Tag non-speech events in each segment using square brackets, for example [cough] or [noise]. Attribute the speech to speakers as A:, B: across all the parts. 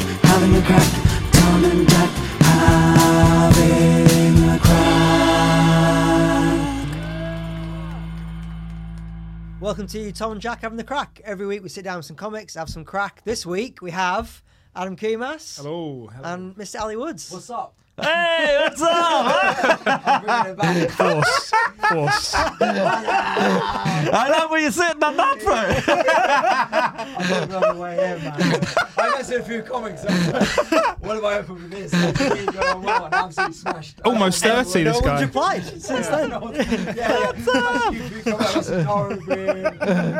A: and crack, Tom and Jack having a crack.
B: Welcome to Tom and Jack having the crack. Every week we sit down with some comics, have some crack. This week we have Adam Kumas
C: Hello. hello.
B: and Mr. Ali Woods. What's up?
D: Hey, what's up?
C: force. force.
D: I love when you sit in the back
C: [laughs]
D: for.
E: I messed a few comics. [laughs] what have I opened with this? Like, here you go, I'm on, absolutely smashed.
C: Almost 30,
B: No
C: this
B: one's
C: guy.
B: replied since
E: Yeah,
B: then.
E: no, yeah, yeah. That's you, you come out, that's Tara Green.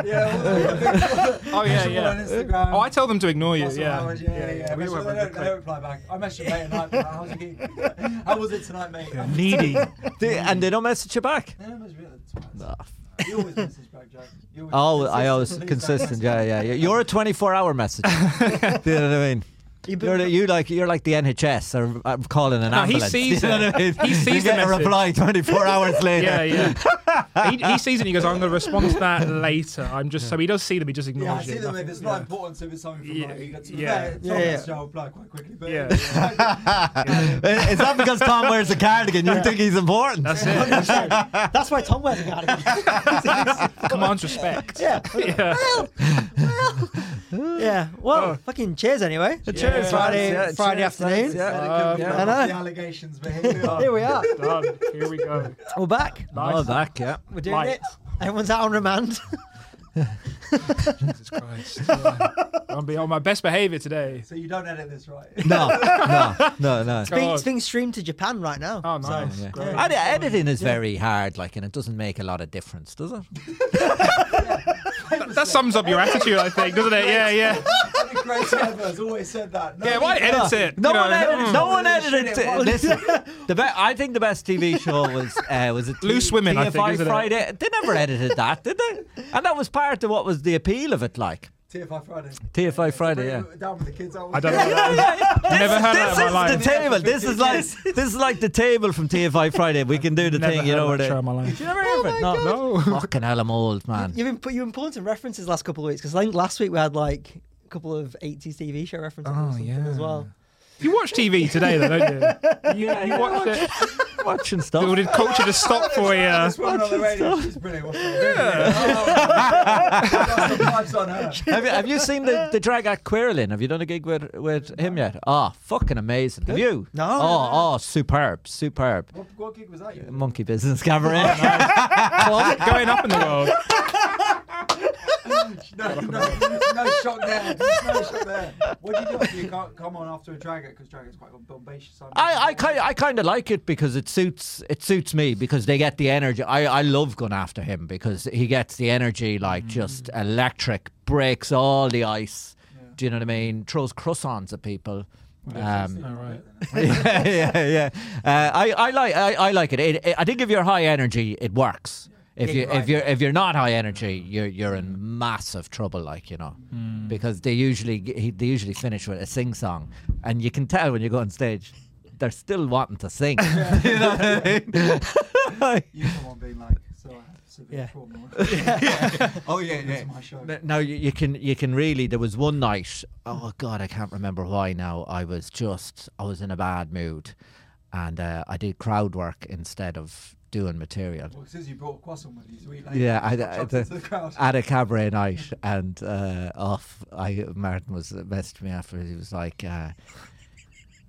E: Yeah, all the- all the-
C: Oh, yeah,
E: all on
C: yeah.
E: Instagram.
C: Oh, I tell them to ignore you,
E: Russell
C: yeah.
E: Howard, yeah, yeah, yeah.
C: We
E: Make sure
C: were
E: they don't, they don't reply back. I messaged you late at night. but How was, it? How was it tonight, mate? Yeah,
C: Needy.
D: And they don't message you back.
E: it was really- it's fine. You always message back, Jack. You always-
D: Oh, I always
E: consistent, please don't
D: consistent.
E: message
D: Yeah, yeah, yeah.
E: [laughs]
D: You're a 24-hour
C: [laughs]
D: message. Do you know what I mean?
B: You've been-
D: You're, the- you like you're like the NHS or uh, calling an
C: No, he
D: ambulance.
C: sees
D: Do you know
C: it.
D: what I mean?
C: He sees
D: you
C: the
D: get a
C: message.
D: reply 24
C: [laughs]
D: hours later. [laughs]
C: Yeah, yeah. he, he sees it and he goes, I'm going to respond to that later. I'm just, so he does see them, he just ignores
E: Yeah, I see
C: you.
E: them if
C: Nothing-
E: it's not
C: yeah.
E: important to be something from
C: Yeah,
E: like, that's
C: yeah.
E: fair. It's
B: Yeah,
E: obvious,
B: yeah.
E: so I'll reply quite quickly, but [laughs]
C: Yeah.
D: it's not because Tom wears a cardigan. You think he's important.
C: That's
D: [laughs]
C: it. That's it.
B: [laughs] That's why Tom wears a cardigan.
C: Commands respect.
B: [laughs] yeah.
C: Yeah.
B: Yeah. Well, fucking cheers anyway.
D: cheers,
B: Friday,
D: lads. Yeah,
B: Friday
D: cheers,
B: afternoon.
D: lads. Yeah.
C: Uh,
E: The
B: I know.
E: allegations, but here we are.
C: [laughs]
B: Here we are.
C: Done. Here we go.
B: We're back.
C: Nice.
D: Oh, back, yeah.
B: We're doing
C: Light.
B: it. Everyone's out on remand.
C: Jesus Christ. Yeah. I'll be on my best behavior today.
E: So you don't edit this, right?
D: No, no, no, no.
B: it's, being,
C: God.
B: it's being streamed to Japan right now.
C: Oh, nice.
D: Yeah.
C: Great.
D: Edi- editing is very hard, like, and it doesn't make a lot of difference, does it?
C: That sums up your attitude, I think, doesn't it? Yeah, yeah.
E: the great has always said that. No,
C: Yeah, why
E: you-
C: edit it?
D: No
C: You know, hmm.
D: one edited. No one
E: Shit,
D: edited.
E: it was.
D: it.
C: [laughs]
D: Listen, the be- I think the best TV show was uh, was it
C: Loose
D: T-
C: Women, I
D: TFI
C: think, isn't it?
D: Friday. They never edited that, did they? And that was part of what was the appeal of it, like
E: TFI Friday.
D: TFI Friday. Yeah.
E: Down with the kids. always.
C: I don't know.
D: Yeah, yeah, yeah.
C: Never heard
D: This
C: that in my
D: is
C: life.
D: the table. This is like
C: [laughs]
D: this is like the table from TFI Friday. We can do the
C: Never
D: thing, you
C: heard
D: know, where
C: that
D: they.
C: show in my life.
D: You never heard of it? No,
C: No.
D: Fucking hell, I'm old,
C: [laughs]
D: man.
B: You've been put you've been pulling some references last couple of weeks because I think last week we had like a couple of 80s TV show references or
C: Oh,
B: something
C: yeah.
B: as well.
C: You watch TV today, though, don't you? You, you watched it.
D: Watching stuff.
C: Building culture to stop for
E: [laughs]
C: you.
E: This woman on the radio, she's brilliant. What's wrong with her? Oh, I've got some vibes on her.
D: have, you, have you seen the, the drag act Quirlin? Have you done a gig with with him yet? Oh, fucking amazing. Have you?
B: No.
D: Oh, oh, superb, superb.
E: What, what gig was that? You?
D: Monkey business [laughs] cabaret.
C: Club going up in the world.
E: No, no, no shock there. No shock there. What do you do if you can't come on after a dragon? Because dragon's quite bombacious. I'm-
D: I, I kind I kind of like it because it suits it suits me because they get the energy. I, I love going after him because he gets the energy like just electric, breaks all the ice. Do you know what I mean? Throws croissants at people. Um,
C: All right.
D: [laughs] yeah, yeah, yeah. Uh, I, I like, I, I like it. It, it. I think if you're high energy, it works. If you, if you're, if you're not high energy, you're, you're in massive trouble. Like you know, because they usually, g- he- they usually finish with a sing song, and you can tell when you go on stage, they're still wanting to sing. [laughs] you know what I mean?
E: You come on being like, so I have severe
B: Yeah.
E: [laughs] trauma. [laughs]
D: oh yeah,
E: That's my show.
D: N- No, you, you can you can really. There was one night. Oh God, I can't remember why. Now I was just I was in a bad mood, and uh, I did crowd work instead of doing material.
E: Well, since you brought a croissant with you, so we like,
D: Yeah, I,
E: chucked
D: I,
E: it to the crowd.
D: the, at a cabaret night, and uh, off. I Martin was messaged me afterwards. He was like, uh,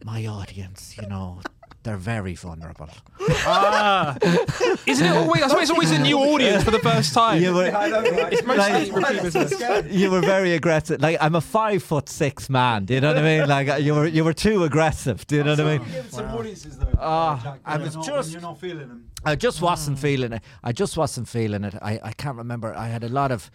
D: "My audience, you know, they're very vulnerable."
C: Ah. Isn't it always? I suppose it's always a new audience for the first time.
D: You
E: [laughs]
D: were-
E: Yeah, I know, right?
C: It's mostly
D: Like-
C: repeat business. [laughs]
D: you were very aggressive. Like I'm a five foot six man. Do you know what I mean? Like uh, you were you were too aggressive. Do you know what I mean?
E: Some audiences though.
D: Ah,
E: Jack,
D: I
E: when
D: was
E: you're not-
D: just-
E: when you're not feeling them.
D: I just wasn't feeling it. I just wasn't feeling it. I, I can't remember. I had a lot of.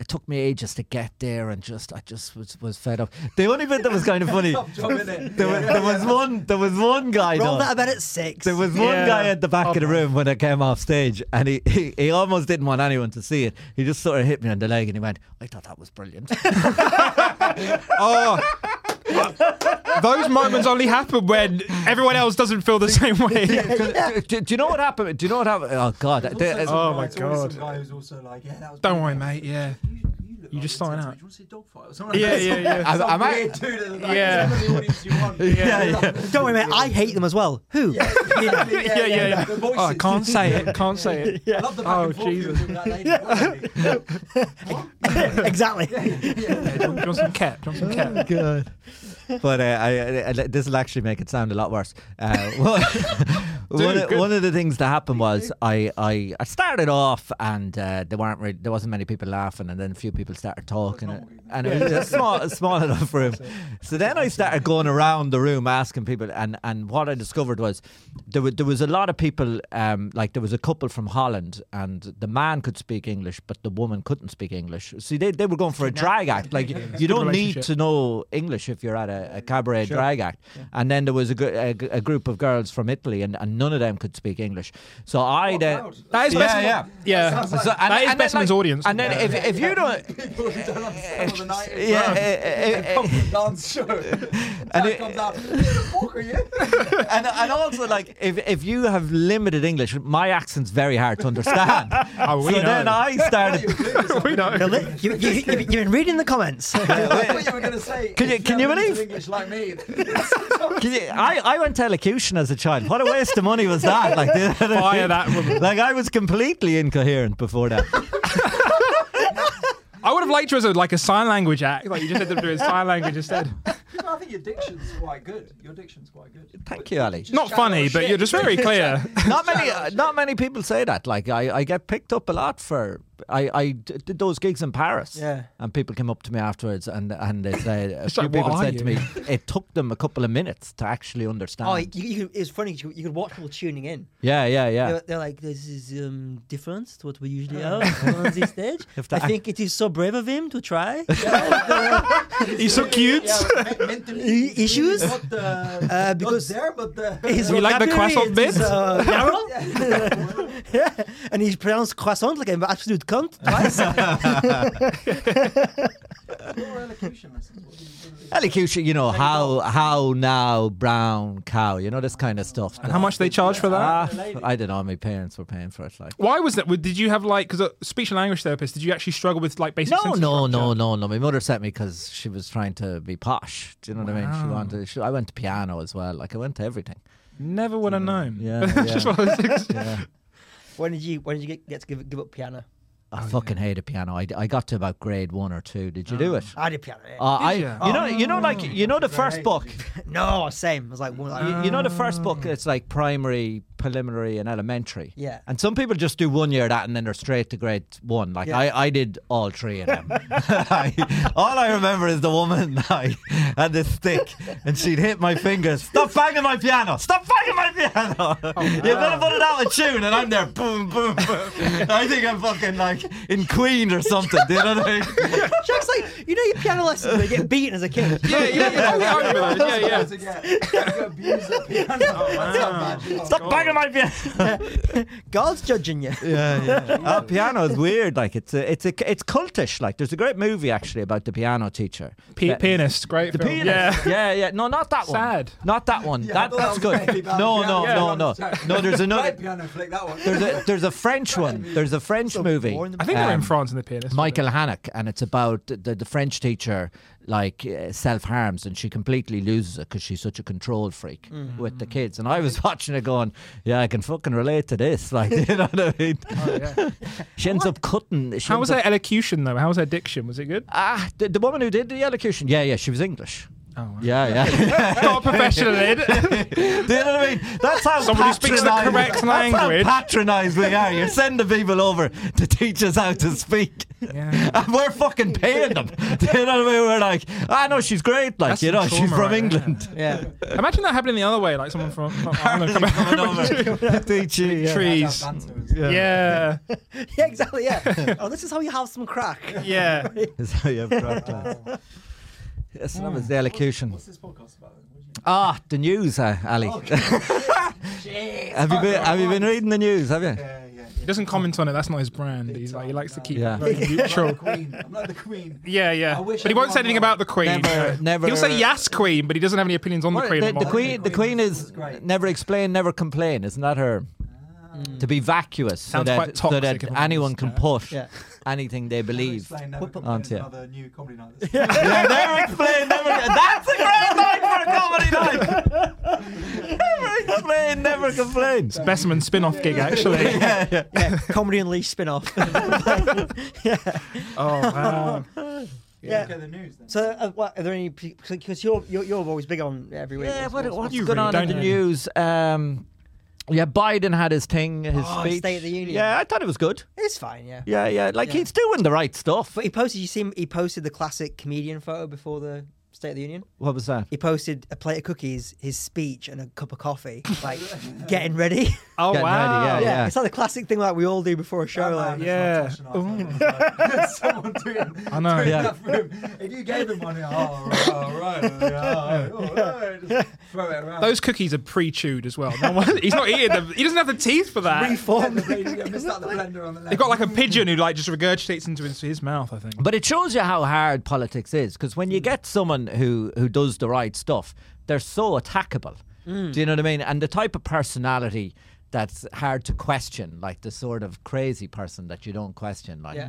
D: It took me ages to get there, and just I just was, was fed up. The only bit that was kind of funny.
E: Tough job, innit?
D: There was, there was one. There was one guy.
B: Roll
D: though.
B: that about at six.
D: There was one
C: Yeah.
D: guy at the back
C: Oh,
D: of the room when I came off stage, and he, he, he almost didn't want anyone to see it. He just sort of hit me on the leg, and he went, "I thought that was brilliant."
C: Oh. Those moments only happen when everyone else doesn't feel the same way.
D: do, do- do you know what happened? Do you know what happened? Oh God!
E: There's
D: The-
E: also
C: Oh
E: some
C: my
E: guy- it's always
C: God.
E: Some guy who's also like, yeah, that was.
C: Don't worry, mate. Yeah.
E: You look
C: You just starting out.
E: Do you want to see dogfight or something? like
C: Yeah,
E: that?
C: yeah,
E: [laughs]
C: yeah.
E: Some
D: Am I-
E: weird dude at the back.
C: [laughs] Yeah.
E: Whatever the audience you want.
B: Don't worry, mate. I hate them as well. Who?
E: [laughs] yeah,
C: Yeah, yeah, yeah.
E: The voices.
C: Oh,
E: [laughs]
C: I can't say it. Can't say it.
E: I love the back
C: Oh,
E: and forth
C: Jesus.
E: with that
C: [laughs]
E: lady.
B: [laughs]
E: What?
B: exactly.
E: Yeah.
C: Do you want some cat? Do you want
E: [laughs]
C: some cat?
D: Good. But uh, I, I, this will actually make it sound a lot worse. Uh, [laughs]
C: [laughs]
D: one, one, of,
C: good.
D: one of the things that happened was I, I, I started off and uh, there weren't really, there wasn't many people laughing, and then a few people started talking, and, and it was a small a
C: [laughs]
D: small enough room. So then I started going around the room asking people, and, and what I discovered was there was, there was a lot of people um, like there was a couple from Holland, and the man could speak English, but the woman couldn't speak English. See, they, they were going
C: [laughs]
D: for a drag act. Like you don't need
C: relationship.
D: to know English if you're at a, a cabaret drag act. And then there was a, gr- a, gr- a group of girls from Italy, and, and none of them could speak English. So I then
E: loud.
D: that is
C: Yeah,
D: yeah.
C: Yeah.
D: So- and-
C: That is
D: and then,
C: Besseman's
D: like-
C: audience.
D: And then if, if you don't,
E: People who don't understand what the night is.
D: yeah,
E: Wow.
D: eh, eh, eh,
E: Come dance show. And
D: it-
E: it comes out. "Who the fuck are you?"
D: and, and also like if, if you have limited English, my accent's very hard to understand.
C: [laughs] Oh, we
D: so
C: know.
D: then I
C: [laughs]
D: started.
C: we know.
B: You, you, you, have been reading the comments.
E: [laughs] I thought you were gonna say.
D: Can you-
E: if
D: can you
E: have
D: believe?
E: English like me?
D: Can you- I, I went to elocution as a child. What a waste of money was that? Like, [laughs]
C: Fire that woman.
D: like I was completely incoherent before that.
C: I would have liked you as a, like a sign language act. Like you just had to do a sign language [laughs] instead.
E: I think your diction's quite good. Your diction's quite good.
D: Thank you, Ali.
C: Not funny, but you're just very clear.
D: [laughs] not many uh, not many people say that like I, I get picked up a lot for I, I d- did those gigs in Paris
B: Yeah.
D: and people came up to me afterwards and and
C: [laughs]
D: they said a few
C: like, what
D: people
C: are
D: said to me
C: you?
D: [laughs] it took them a couple of minutes to actually understand
B: oh, you, you, it's funny. You, you could watch people tuning in.
D: yeah yeah yeah
B: They're, they're like, this is um, different to what we usually are on this stage.
D: If
B: I
D: the-
B: think it is so brave of him to try.
C: [laughs] He's so cute.
E: [laughs] Yeah, mentally,
B: I- issues?
E: Not, uh, not
B: because-
E: there, but uh, the, [laughs]
B: His
C: You like the
B: vocabulary
C: croissant
B: is,
C: bit?
B: uh, narrow. [laughs] yeah.
D: [laughs]
B: And he pronounced croissant like an absolute cunt twice.
E: Or elocution lessons. What do you- what
D: [laughs]
E: do you-
D: elocution you know how how now brown cow you know this kind of stuff
C: How much they charge for that?
D: Ah, I don't know my parents were paying for it like
C: Why was that? Did you have like because a speech and language therapist? Did you actually struggle with like basic?
D: No,
C: sentence
D: no,
C: structure?
D: no, no, no. My mother sent me because she was trying to be posh. Do you know what I mean? She wanted. She, I went to piano as well. Like I went to everything.
C: Never would have known.
D: Yeah,
C: [laughs] That's
D: yeah.
C: just one of
D: [laughs]
C: those things.
B: when did you when did you get, get to give, give up piano?
D: I
B: Oh,
D: fucking hated piano. I, I got to about grade one or two. Did you do it?
B: I Oh. did piano. yeah.
D: Uh, I,
C: Did
D: you
C: ya?
D: know, you know, like you know, the first book.
B: no, same. I was like, one, like
D: You, you know, the first book. It's like primary, preliminary, and elementary.
B: Yeah. [laughs]
D: And some people just do one year of that, and then they're straight to grade one. Like
B: Yeah.
D: I, I did all three of them. [laughs] I- all I remember is the woman [laughs] I, and the stick, and she'd hit my fingers. Stop banging my piano! Stop banging my piano! [laughs] you better put it out of tune, and I'm there, boom, boom, boom. I think I'm fucking like in Queen or something. Do you know what
B: [laughs]
D: I mean?
B: Jack's like, you know your piano lessons, they get beaten as a kid.
C: [laughs]
E: [laughs]
C: yeah, yeah, yeah. yeah, I remember those. yeah, yeah.
E: That's a- yeah. You abuse the piano. [laughs] That's not bad. Oh,
D: Stop
E: God.
D: banging my piano!
B: God's judging you. [laughs]
D: yeah, [laughs] yeah. Uh, piano is weird. Like it's a, it's a, it's cultish. Like there's a great movie actually about the piano teacher.
C: P-
D: That-
C: pianist, great.
D: The
C: film.
D: pianist. Yeah.
C: Yeah.
D: yeah, No, not that one.
C: Sad.
D: Not that one.
E: Yeah, I
D: that,
E: thought
D: that's
E: that was
D: good.
E: really bad.
D: No, no,
E: Yeah,
D: no,
E: yeah.
D: no, no. There's
E: Great
D: another.
E: piano flick, that one.
D: There's a there's a French one. There's a French movie.
B: boring.
C: I think they're in
D: Um,
C: France in the pianist. [laughs]
D: Michael Hannock, and it's about the, the, the French teacher like uh, self harms, and she completely loses it because she's such a control freak
C: Mm-hmm.
D: with the kids. And I was [laughs] watching it, going, "Yeah, I can fucking relate to this." [laughs] Like, you know what I
C: [laughs]
D: mean? she ends up cutting. She
C: Oh, How
D: ends
C: was
D: up-
C: her elocution though? How was her diction? Was it good?
D: Ah, the, the woman who did the elocution. Yeah, yeah, she was English.
C: Oh, wow.
D: Yeah, yeah.
C: [laughs] Not
D: [laughs]
C: a professional in.
D: Do you know what I mean? That's how
C: Someone who speaks the
D: patronising-
C: correct language.
D: That's how patronised we are. You're sending people over to teach us how to speak. [laughs]
C: Yeah.
D: And we're fucking paying them. [laughs] Do you know what I mean? We're like, I know she's great. Like,
C: That's
D: you know,
C: some
D: she's
C: trauma
D: from
C: right
D: England.
B: Yeah.
C: Imagine that happening the other way, like someone from, from Ireland coming
D: Coming [laughs]
C: over.
D: over. teach you. yeah.
E: That's
C: trees.
E: how banter is.
C: Yeah,
B: Yeah, exactly.
D: [laughs]
B: Yeah. oh, this is how you have some crack.
C: yeah.
D: [laughs] That's how you have practice.
E: Wow.
D: Yes, that was the elocution.
E: What's this podcast about then? What do you-
D: Ah, the news, uh, Ali. [laughs] have you been? Have you been reading the news? Have you?
E: Yeah, yeah,
C: He doesn't comment on it. That's not his brand. He's like he likes to keep
D: Yeah.
C: it very
E: yeah. I'm like
C: neutral.
E: the queen. I'm like the queen.
C: Yeah, yeah.
E: I wish
C: But he won't say anything
E: everyone
C: about the Queen.
D: Never- never-
C: He'll say yes, Queen, but he doesn't have any opinions on the
D: Well,
C: Queen.
D: the,
C: at
D: the
C: all.
D: queen, the
E: Queen
D: queen
E: was-
D: is
E: was great.
D: never explain, never complain. Isn't that her?
B: Ah.
D: to be vacuous so
C: Sounds
D: that,
C: quite
D: so
C: toxic
D: that
C: if I'm
D: anyone
C: honest,
D: can
C: uh,
D: push
B: yeah.
D: anything they believe.
E: Explain never
D: Whip 'em.
E: complain
D: Onto
E: is
D: you.
E: another new comedy night.
D: Yeah, they're explained never. [laughs] That's a great night for a comedy night. never explain, never complain.
C: Specimen
D: [laughs]
C: spin-off gig, actually.
B: yeah, Comedy Unleashed spin-off. yeah.
C: Oh wow.
B: yeah.
E: Okay, the news then.
B: So, uh, what, are there any? Because you're, you're you're always big on every week.
D: Yeah, what, what's
C: You
D: going on
C: really
D: in the
C: don't know.
D: news? Um, yeah, Biden had his thing, his
B: Oh,
D: speech.
B: State of the Union.
D: Yeah, I thought it was good.
B: It's fine, yeah.
D: Yeah, yeah, like
B: Yeah.
D: he's doing the right stuff.
B: But he posted. You see, him, he posted the classic comedian photo before the State of the Union.
D: What was that?
B: He posted a plate of cookies, his speech, and a cup of coffee, like getting ready.
C: [laughs] Oh
D: Getting
C: wow.
D: ready,
B: [laughs]
D: yeah,
B: yeah, it's like the classic thing like we all do before a show.
E: That
B: like,
E: man is
C: yeah.
E: not touching ours, I don't know. [laughs] Someone doing,
C: I know.
E: doing
D: Yeah.
E: that for him. If you gave him money, oh, all right, all right, all right, all right,
C: [laughs]
E: just throw it around.
C: Those cookies are pre-chewed as well. No one- [laughs] he's not eating them. He doesn't have the teeth for that.
E: reformed. Missed
C: [laughs]
E: out the blender on the left.
C: They've got like a pigeon who like just regurgitates into his, his mouth. I think.
D: But it shows you how hard politics is because when you get someone who, who does the right stuff, they're so attackable. Do you know what I mean? And the type of personality that's hard to question, like the sort of crazy person that you don't question, like
B: Yeah.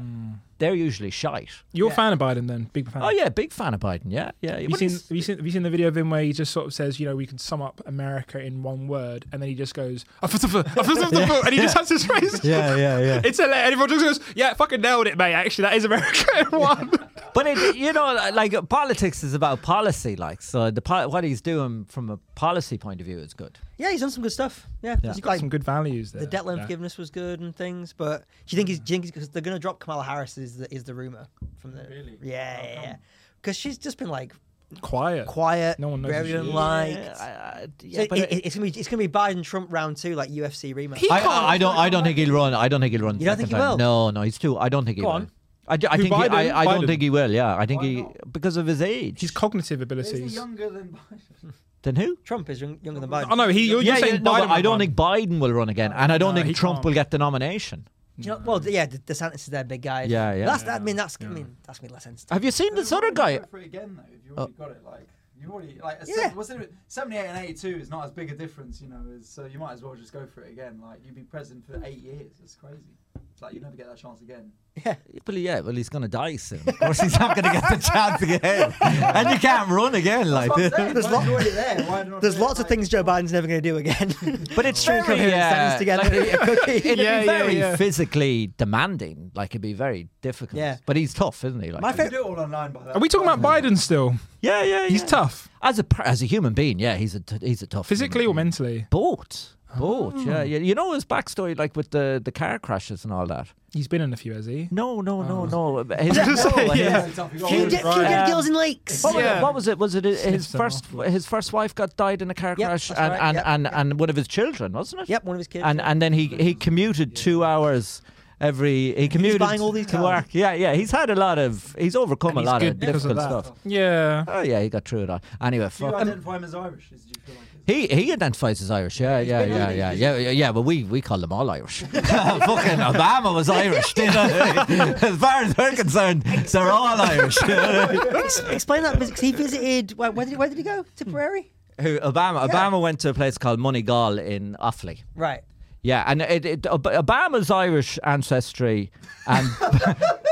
D: they're usually shite.
C: You're a fan of Biden then, big fan.
D: Oh yeah, big fan of Biden. Yeah, yeah.
C: Have you,
D: But
C: seen,
D: he's-
C: have, you seen, have you seen the video of him where he just sort of says, you know, we can sum up America in one word, and then he just goes, "Ah, fuh, fuh, fuh, ah,
D: [laughs]
C: fuh, fuh, fuh, fuh," and he just has his
D: [laughs]
C: face.
D: yeah, yeah, yeah.
C: It's hilarious. And everyone just goes, yeah, fucking nailed it, mate. Actually, that is America in [laughs] one.
D: but it, you know, like uh, politics is about policy. Like, so the pol- what he's doing from a policy point of view is good.
B: yeah, he's done some good stuff. Yeah,
D: Yeah.
B: He's
C: Got
B: like,
C: some good values there.
B: the debt loan
C: Yeah.
B: forgiveness was good and things. But do you think he's? Do you think because they're going to drop Kamala Harris is the, is the rumor from the?
E: Really?
B: Yeah,
E: How
B: yeah,
E: come?
B: yeah. Because she's just been like
C: Quiet.
B: quiet.
C: No one knows who
B: very
C: she is.
B: unliked.
D: Yeah, I- Uh, I-
B: So
D: yeah,
B: it-
D: but it-
B: it- it's gonna be it's gonna be Biden Trump round two like UFC rematch.
C: He-
D: I,
C: can't-
D: I, I don't. I don't think he'll run. I don't think he'll run.
B: You don't
D: second
B: think he
D: time.
B: will?
D: No, no, he's too. I don't think he
B: Go
D: will.
B: on.
D: I, ju- I
C: Who,
D: think. He,
C: Biden?
D: I, I
C: Biden?
D: don't think he will. Yeah, I think
E: Why
D: he
E: not?
D: because of his age.
C: His
E: Is
C: cognitive
E: he
C: abilities.
E: younger than Biden?
D: then who?
B: Trump is young- younger than Biden.
C: Oh no, he. You're,
D: yeah,
C: you're
D: yeah
C: saying
D: no,
C: Biden
D: but I
C: would
D: don't
C: run.
D: think Biden will run again, and I don't
C: No, he
D: think Trump
C: can't.
D: will get the nomination.
B: Do you know, well, yeah, De- DeSantis is their big guy.
D: Yeah, yeah.
B: That's I mean that's I mean that's made less sense.
D: Have you seen this other guy?
E: Vote for it again though. If you already got it, like you already like a
B: Yeah.
E: seven- what's it, seventy-eight and eighty-two is not as big a difference, you know. As, so you might as well just go for it again. Like you've been president for eight years. It's crazy. It's like you never get that chance again.
D: Well, yeah, well, he's gonna die soon. Of course, he's not gonna get the chance [laughs] again, and you can't run again like
E: But I'm
D: this.
E: saying,
B: There's
E: if
B: lot-
E: you're already there, why not
B: There's
E: do it,
B: lots of
E: like-
B: things Joe Biden's never going to do [laughs] again.
D: But it's
B: String
D: very,
B: coherent
D: uh,
B: sentence together.
D: like,
B: a
D: [laughs]
B: cookie.
D: It'd
C: Yeah,
D: be
C: yeah,
D: very
C: yeah.
D: physically demanding. Like it'd be very difficult.
B: Yeah.
D: But he's tough, isn't he? Like,
B: My
E: You can
B: favorite.
E: do it all online by that.
C: Are we talking about Biden still?
D: yeah, yeah,
C: He's tough,
D: As a per- as a human being, yeah, he's a t- he's a tough.
C: physically or
D: human being.
C: mentally.
D: Both, both, yeah, yeah. You know his backstory, like with the the car crashes and all that.
C: He's been in a few, has he?
D: No, no,
C: Oh.
D: no, [laughs] no. His,
C: [laughs] gonna say,
D: no,
C: yeah.
D: his-
E: Tough, you got
B: Few,
E: all
B: de-
E: this-
B: few
D: Right.
B: dead
D: Um,
B: girls in lakes.
D: What,
C: Yeah.
D: was, what was it? Was it his
C: Sniffs them
D: first?
C: afterwards.
D: His first wife got died in a car
B: Yep,
D: crash,
B: that's
D: and
B: right,
D: and,
B: yep,
D: and,
B: yep.
D: and one of his children, wasn't it?
B: Yep, one of his kids.
D: and
B: yeah.
D: and then he he commuted two hours every he commuted
B: buying all these
D: to
B: cars.
D: work. Yeah, yeah. He's had a lot of he's overcome
C: And he's
D: a lot
C: good
D: of
C: because
D: difficult
C: of that.
D: stuff.
C: Yeah.
D: Oh yeah, he got through it all. Anyway,
E: Do you
D: fuck.
E: identify him as Irish? Is- Do you feel like it's-
D: He he identifies as Irish. Yeah, yeah,
E: been
D: yeah,
E: Irish,
D: yeah,
E: isn't
D: yeah, yeah, yeah. But we we call them all [laughs] Irish. Fucking Obama was Irish. Didn't he? as far as we're concerned, they're all Irish. [laughs] Who
B: Ex- explain that because he visited. Where, where did he, where did he go? Tipperary.
D: Obama?
B: Yeah.
D: Obama went to a place called Moneygall in Offaly.
B: Right.
D: Yeah, and it, it, Ob- Obama's Irish ancestry [laughs] and,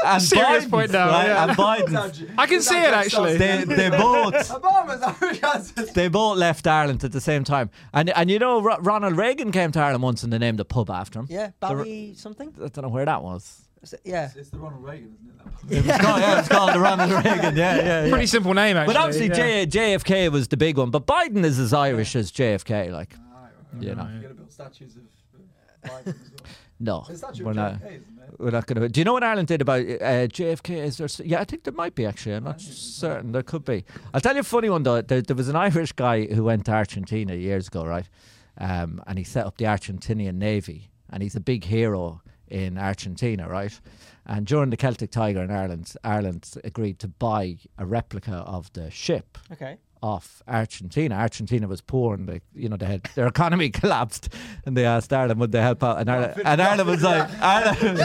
D: and
C: Serious
D: Biden's,
C: point now,
D: right, [laughs]
C: yeah.
D: and Biden's,
E: Judge-
C: I can
E: Judge
C: see it,
E: Judge
C: actually.
D: they, [laughs] they both
E: Obama's Irish ancestry.
D: they both left Ireland at the same time, and and you know Ro- Ronald Reagan came to Ireland once and they named a pub after him.
B: Yeah. Barry something.
D: I don't know where that was.
B: Is it- Yeah.
E: It's the Ronald Reagan, isn't it? That [laughs] one?
D: It was called, yeah, it was called the Ronald Reagan. Yeah, yeah, yeah.
C: [laughs] Pretty simple name, actually.
D: but obviously
C: yeah.
D: J- JFK was the big one, but Biden is as Irish as JFK. Like, you know,
E: You're gonna build statues of uh, Biden as well.
D: no,
E: There's a statue
D: we're
E: of
D: not.
E: JFK, isn't [laughs] there?
D: We're not going to. Do you know what Ireland did about uh, JFK? Is there? s- Yeah, I think there might be actually. I'm not certain. There could be. I'll tell you a funny one though. There, there was an Irish guy who went to Argentina years ago, right? Um, and he set up the Argentinian Navy, and he's a big hero in Argentina, right? And during the Celtic Tiger in Ireland, Ireland agreed to buy a replica of the ship
B: Okay.
D: off Argentina. Argentina was poor, and they, you know, they had their [laughs] economy collapsed, and they asked Ireland would they help out, and Ireland, and Ireland was [laughs] like, Ireland,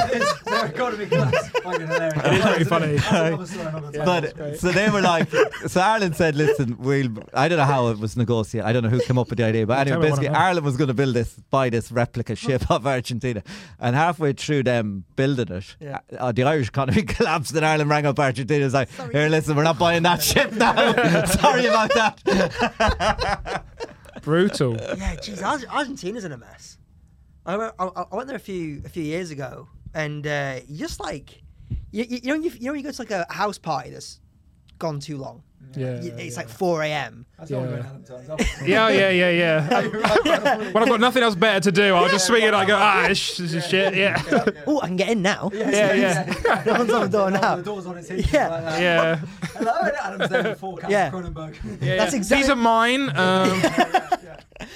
E: Their economy
C: [laughs]
E: collapsed. Fucking hilarious.
C: It is pretty funny.
E: That's another story I'm not gonna tell.
D: but so they were like, so Ireland said, listen, we'll. I don't know how it was negotiated. I don't know who came up with the idea, but
C: Tell
D: anyway,
C: me what
D: basically
C: I know.
D: Ireland was going to build this, buy this replica ship of Argentina, and halfway through them building it,
B: Yeah.
D: uh, the Irish economy [laughs] collapsed, and Ireland rang up Argentina. It's like, here, listen, we're not buying that ship now. [laughs] Sorry about that. [laughs]
C: Brutal.
B: Yeah, geez, Ar- Argentina's in a mess. I, remember, I, I went there a few a few years ago, and uh, you just like you, you, you know you, you know when you go to like a house party that's gone too long.
C: Yeah.
B: You- it's like four a.m.
E: That's not
C: Yeah.
E: when Adam turns up. Right,
C: [laughs] Yeah, oh, yeah,
D: [laughs]
C: yeah, yeah.
E: right, right.
C: when I've got nothing else better to do, I'll just swing it. I go, ah, this, this is shit. Yeah,
B: Oh, I can get in now.
E: [laughs]
C: yeah,
E: Yes,
C: [laughs]
E: yes,
B: No one's on the door
E: yes.
B: now.
E: The door's on its hinges.
B: Yeah.
E: like that. [laughs]
C: yeah.
E: Hello, Adam's there before Captain
B: Yeah.
E: Cronenberg. [laughs]
C: yeah.
B: That's
C: These
B: exactly-
C: are mine. Um,
B: [laughs]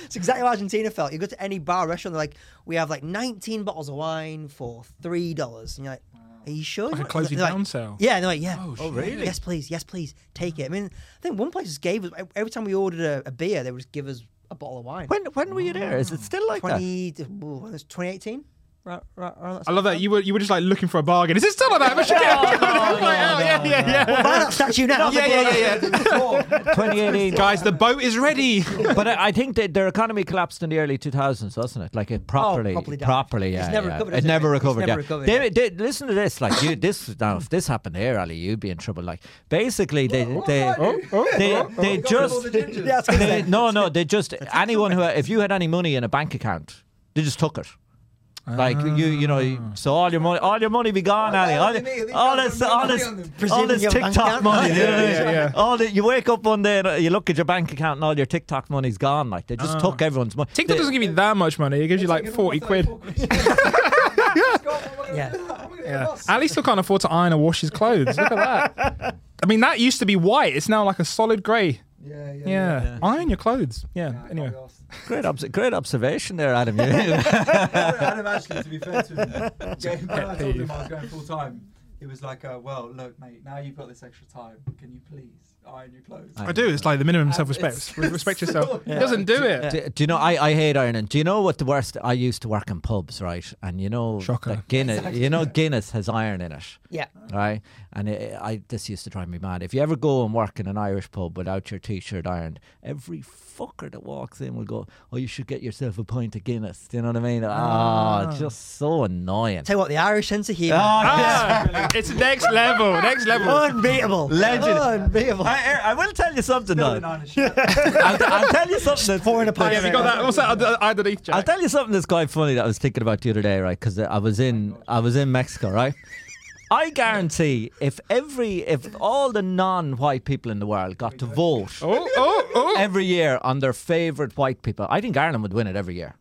B: It's exactly how Argentina felt. You go to any bar or restaurant, they're like, we have like 19 bottles of wine for three dollars, and you're like, are you sure? you
C: Like a
B: want-"
C: closing
B: They're
C: down sale.
B: Yeah, and they're like, yeah.
C: Oh, shit.
D: really?
B: Yes, please. Yes, please. Take it. I mean, I think one place just gave us e-, every time we ordered a, a beer, they would just give us a bottle of wine.
D: [laughs] When when were you there? Is it still like that?
B: 20, ooh, when was 2018? Right, right, around
C: I love that you were you were just like looking for a bargain. Is it still like that? We should get a bargain. Like, [laughs] oh, yeah, yeah, yeah.
B: Buy that statue now.
C: Yeah, yeah, yeah, yeah.
E: Yeah.
D: 2018.
C: Guys, the boat is ready.
D: [laughs] but I, I think that their economy collapsed in the early 2000s, wasn't it? Like it properly,
B: properly damaged.
D: properly, yeah,
B: Oh, It's never
D: yeah.
B: recovered,
D: It
B: has it?
D: never
B: It's
D: recovered.
B: never
D: yeah.
B: recovered,
D: They- they- listen to this, like you, this now, if this happened here, Ali, you'd be in trouble. Like basically, they, they, oh,
E: Oh,
D: they, they just,
B: Yeah, I was gonna say.
D: they- no, no, they just anyone who, if you had any money in a bank account, they just took it. Like you, you know, so all your money, all your money be gone, Ali. All,
E: These
D: all
E: guys
D: this,
E: have no
D: all
E: money
D: this,
E: on them.
D: all
B: Presuming
D: this
B: you have a bank
D: TikTok
B: account.
D: money. you know what I mean?
C: Yeah, yeah.
D: All the, you wake up one day and uh, you look at your bank account and all your TikTok money's gone. Like they just took everyone's money.
C: TikTok
D: They-
C: doesn't give you that much money. It gives you like 40 quid.
B: Yeah.
C: [laughs] Yeah. Ali still can't afford to iron or wash his clothes. Look at that. I mean, that used to be white. It's now like a solid grey.
E: Yeah, yeah,
C: Yeah. Iron your clothes. Yeah.
E: Nah, can't
C: anyway.
E: be arsed.
D: Great, obs- great observation there, Adam. You-
E: Adam actually, to be fair to
D: [laughs]
E: him, yeah, when I told him I was going full time, he was like, uh, "Well, look, mate, now you've got this extra time. Can you please iron your clothes?"
D: I-
C: I do. It's like the minimum self
E: It's-
C: respect. Respect [laughs]
E: it's
C: yourself.
E: so-
C: He doesn't do it.
D: do, do you know? I, I hate ironing. Do you know what the worst? I used to work in pubs, right? And you know,
C: Shocker.
D: that Guinness. You know, Guinness has iron in it.
B: [laughs] Yeah.
D: right? And it, I this used to drive me mad. If you ever go and work in an Irish pub without your t-shirt ironed, every fucker that walks in will go, "Oh, you should get yourself a pint of Guinness." Do you know what I mean? Ah, it's just so annoying.
B: Tell you what, the Irish sense of humour.
D: Ah,
C: Ah, it's next level. Next level.
B: Unbeatable.
D: Legend.
B: Unbeatable.
D: I, I will tell you something though.
E: Building iron is
D: [laughs]
E: shit.
D: I'll, I'll tell you something. That's,
B: Pouring a pint.
C: Yeah, you got that. What's that under- underneath?
D: I'll
C: Jack?
D: tell you something that's quite funny that I was thinking about the other day, right? Because I was in I was in Mexico, right? I guarantee if every if all the non-white people in the world got to vote
C: Oh, oh, oh.
D: every year on their favorite white people. I think Ireland would win it every year.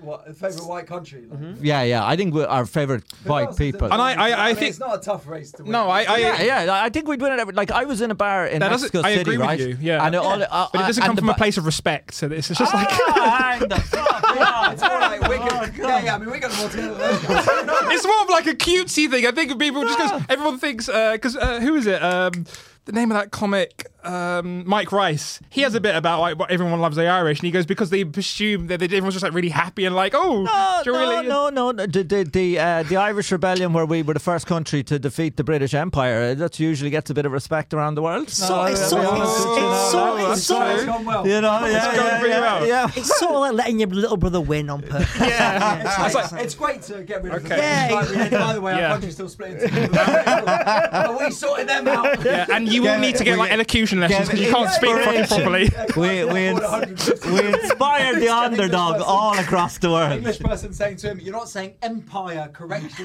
E: What favorite white country? Like, who
D: Yeah, yeah. I think we our favorite Mm-hmm. white
E: else is
D: people.
E: there?
C: And I- I- I
E: mean,
C: think-
E: it's not a tough race to win.
C: No, I, I
D: yeah, yeah, I think we'd win it. Every, like I was in a bar in
C: That doesn't-
D: Mexico
C: I
D: City,
C: agree with
D: right?
C: you, yeah.
D: and all, uh,
C: But it doesn't
D: and
C: come
D: the
C: from a
D: ba-
C: place of respect. So it's just like
D: Ah, and the fuck, yeah,
E: It's more like
C: [laughs] Oh,
E: Wigan. yeah, yeah. I mean, we got more together. than those guys.
C: it's more of like a cutesy thing. I think people just
D: Ah.
C: because everyone thinks because uh, who is it? Um, the name of that comic, um, Mike Rice. He has a bit about like what everyone loves the Irish, and he goes because they assume that they, everyone's just like really happy and like oh
D: No,
C: do you
D: no,
C: really-
D: no, no, no. The the the, uh, the Irish Rebellion, where we were the first country to defeat the British Empire, uh, that usually gets a bit of respect around the world.
B: So- it's so- it's- it's so-
D: no,
B: it's
D: no,
B: so-
E: It's gone well.
D: you know,
C: It's gonna
D: yeah,
C: bring it
D: yeah, yeah,
C: out.
D: yeah.
B: It's sort of like letting your little brother win on purpose. [laughs]
C: Yeah.
E: It's,
C: It's
E: great-
C: like-
E: it's great to get rid of the
C: Okay.
E: British. Like, we did- By the way,
C: Yeah.
E: our country's still split into two. but we sorted them out.
C: Yeah, and you will need to get like elocution lessons because you can't speak fucking properly.
D: We we,
E: Yeah,
D: ins-
E: 450.
D: we
B: [laughs]
D: inspired the underdog all across the world.
E: English person saying to him, "You're not saying empire
D: [laughs]
E: correctly."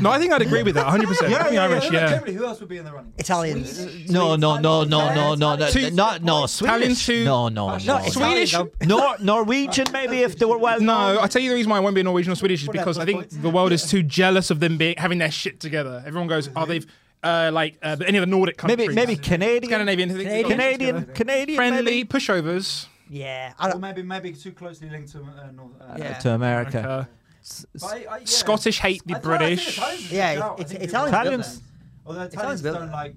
C: No, I think I'd agree with that 100. percent I think Irish, yeah.
E: Generally, who else would be in the running?
B: Italians.
D: No, no, no, no, no, no, no,
C: Two-
D: not no
C: Italian
D: Swedish.
C: two-
D: No, no,
E: No,
D: no.
B: Italian,
C: Swedish-
B: though.
D: Nor Norwegian maybe if they were well.
C: No, I tell you the reason why I won't be a Norwegian or Swedish is because I think the world is too jealous of them being having their shit together. Everyone goes, oh, they've uh, like uh, any of the Nordic countries,
D: maybe maybe Canadian,
C: Scandinavian, they've got their shit
D: Canadian,
C: together.
D: Canadian,
C: friendly
D: maybe?
C: pushovers.
B: Yeah. I
E: Or
B: don't,
E: maybe, maybe too closely linked to uh, North. Uh,
B: Yeah.
D: to America.
C: Uh,
E: but I- I- yeah.
C: Scottish hate the
E: I- I think
C: British.
E: Italians would
B: Yeah,
E: do it out. I
B: it's-
E: think
B: it's
E: people would do
D: Italians.
E: that. Although
B: Italians
E: Italians
B: do it.
E: don't like uh,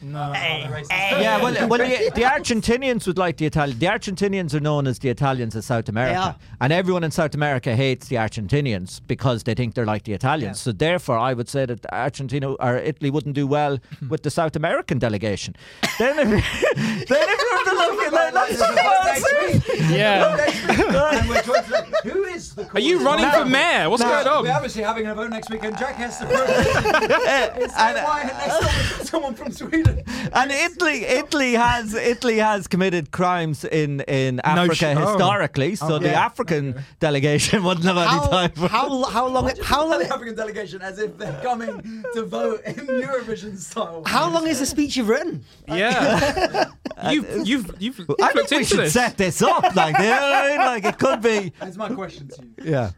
C: No.
D: Yeah, well,
E: [laughs]
D: well the, the Argentinians would like the Italian. The Argentinians are known as the Italians of South America,
B: are.
D: and everyone in South America hates the Argentinians because they think they're like the Italians. So therefore, I would say that Argentina or Italy wouldn't do well with the South American delegation. then, if, [laughs] then everyone
E: [laughs]
D: would look at that's so bad, see?
F: Yeah.
D: [laughs]
E: and we're joined today. Who is the
C: Are you running for mayor? What's going
E: We're
C: on?
E: obviously having a vote next week, and Jack has to prove it.
B: [laughs]
E: It's like, why next time we've got someone from Sweden.
D: [laughs] And Italy, Italy has Italy has committed crimes in in Africa
C: sh- oh.
D: historically, so the
B: Yeah.
D: African delegation [laughs] wouldn't have any
B: How,
D: time for.
B: how, lo- how long? How
E: Tell
B: long?
E: the African delegation as if they're coming to vote in Eurovision style.
B: How long is the speech you've written?
C: Yeah.
D: [laughs]
C: You've you've you've
D: I think
C: looked
D: we
C: into
D: should
C: this.
D: set this up. Like, you know what I mean? like it could be.
E: That's my question to you.
D: Yeah.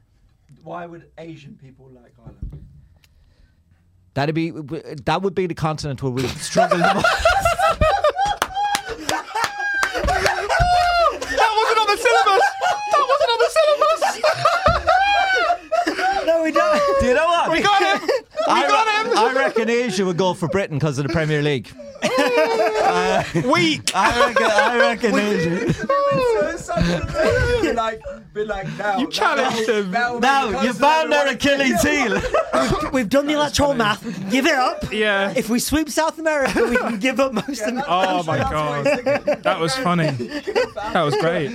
E: Why would Asian people like
B: [laughs]
E: Ireland?
D: That'd be that would be the continent [laughs] where we struggle the most.
C: That wasn't on the
D: [laughs]
C: syllabus. That wasn't on the syllabus.
B: No, we don't.
D: Do you know what? We
C: Got him.
D: I,
C: got him.
D: I reckon Asia would go for Britain because of the Premier
C: [laughs]
D: League.
C: Weak.
D: I reckon. I reckon
C: [laughs]
D: Asia.
E: So it's such a- You're like, be like now.
C: You challenged
E: now,
C: him.
E: Now,
D: Now you found their Achilles heel.
B: We've done the electoral math. We can give it [laughs] up.
C: Yeah.
B: If we sweep South America, we can give up most of.
C: Oh my God. That was funny. That was great.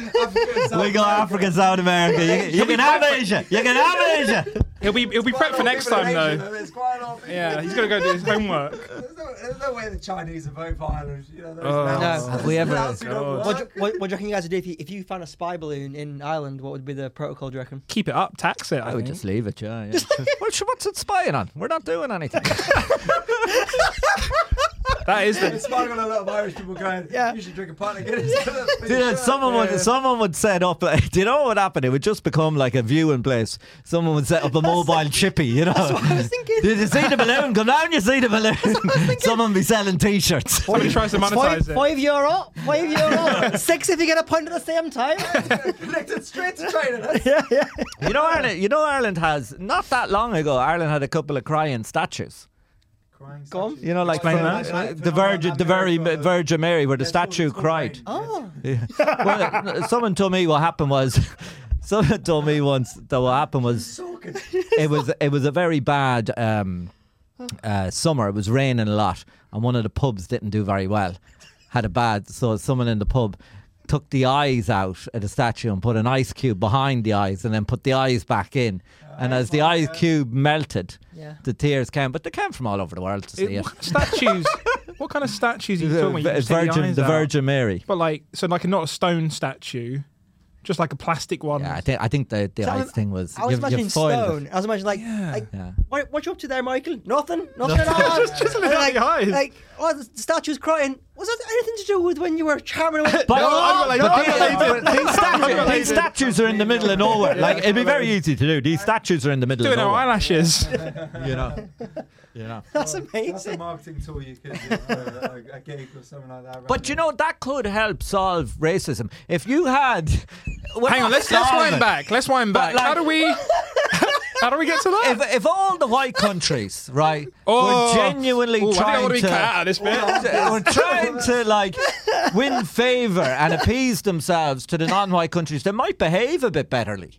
D: We go Africa, South America. You, you can have Asia. You can have Asia.
C: He'll be he'll be prepped for next time though.
E: There's quite a lot of
C: Yeah,
E: people-
C: he's gonna go do his homework.
E: There's no, there's no way the Chinese are vote for Ireland. You know, those
C: Oh.
E: mouths-
B: No.
D: Have we
E: those
D: ever-
E: mouths who don't
B: [laughs]
C: God.
B: What,
E: work.
B: do- what, what do you reckon you guys would do if you, if you found a spy balloon in Ireland? What would be the protocol? Do you reckon?
C: Keep it up, tax it. I,
D: I would
C: think.
D: just leave it. Yeah. [laughs] yeah. What's, what's it spying on? We're not doing anything.
C: That is
E: It's
C: the
E: smiling on a lot of Irish people going,
B: Yeah.
E: you should drink a pint of Guinness. [laughs] Finish
D: Dude,
E: up.
D: someone would someone would set up. [laughs] Do you know what would happen? It would just become like a viewing place. Someone would set up a mobile chippy. You know.
B: I was thinking.
D: Did you see the balloon? Come down, you see the balloon. Someone be selling T-shirts.
C: somebody tries
B: [laughs]
C: to
B: Five,
C: monetize it.
B: five euro, five [laughs] euro, six if you get a point at the same [laughs] time.
E: [laughs] Connected straight to
B: [laughs]
E: China. That's
B: yeah, yeah.
D: You know Ireland. You know Ireland has not that long ago. Ireland had a couple of crying statues.
E: crying.
B: Go on.
E: statue.
D: You know, like
C: Explain
D: from,
C: that.
D: uh, the Virgin, the very Virgin Mary, where the
E: It's called-
D: statue
E: it's called
D: cried.
E: crying.
B: Oh,
D: Yeah. Well, someone told me what happened was. [laughs] Someone told me once that what happened was
E: So good.
D: it was it was a very bad um, uh, summer. It was raining a lot, and one of the pubs didn't do very well. Had a bad so someone in the pub took the eyes out of the statue and put an ice cube behind the eyes, and then put the eyes back in. And as the ice cube melted,
B: Oh Yeah.
D: the tears came. But they came from all over the world to see it.
C: It- what
B: [laughs]
C: kind of statues? [laughs] What kind of statues are you talking about? You just take
D: Virgin,
C: eyes
D: the
C: out.
D: Virgin Mary.
C: But like, so like not a stone statue, just like a plastic one.
D: Yeah, I think I think the, the
B: I was-
D: ice thing was.
B: I was
D: you- you
B: imagining
D: foiled it.
B: stone. I was imagining like,
C: Yeah.
B: like
D: Yeah.
B: what, what you up to there, Michael?
C: [laughs]
B: Nothing, nothing at all.
C: Just- just looking
B: And
C: at
B: like,
C: the eyes.
B: like, oh, the statue's crying. Was that anything to do with when you were charming? away?
D: But,
C: [laughs] No, I'm
D: but
C: related.
D: these-
C: I'm
D: but
C: related.
D: these, statues,
C: related.
D: these statues are in the middle of nowhere. Like it'd be very
C: related.
D: easy to do. These statues are in the middle
C: Doing
D: of
C: our
D: nowhere.
C: eyelashes.
D: You know. You know.
B: [laughs] That's
E: That's a
B: amazing.
E: marketing tool you could do for a, a gig or something like that.
D: But you know that could help solve racism if you had. Well,
C: [laughs] Hang on, let's let's
D: solve
C: wind
D: it.
C: back. Let's wind back.
D: like-
C: how do we? [laughs] how do we get to that?
D: If, if all the white countries, right,
C: Oh.
D: were genuinely
C: Ooh, I think I
D: trying
C: want to be cut out of
D: [laughs]
C: this bit.
D: were trying to like win favor and appease themselves to the non-white countries, they might behave a bit betterly.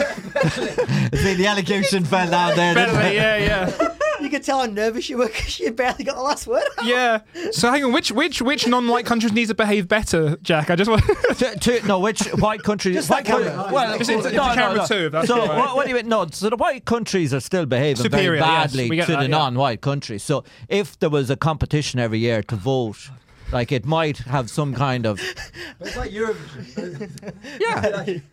D: See, the allocution fell down there. didn't
C: Better,
D: it?
C: yeah, yeah, [laughs]
B: You could tell how nervous you were because you barely got the last word. [laughs] out.
C: yeah. So hang on, which which which non-white countries need to behave better, Jack? I just want. [laughs]
D: to, to, no, which white countries?
B: Just
D: white
B: that
D: coun-
B: camera.
D: Well,
C: Just into- into camera two, if that's
D: so
C: all right.
D: what, what do you mean? No, so the white countries are still behaving
C: Superior,
D: very
C: yes,
D: badly
C: we
D: to
C: get that,
D: the
C: yeah.
D: non-white countries. So if there was a competition every year to vote. Like it might have some kind of
E: But it's like Eurovision. [laughs]
D: yeah.
E: Like, maybe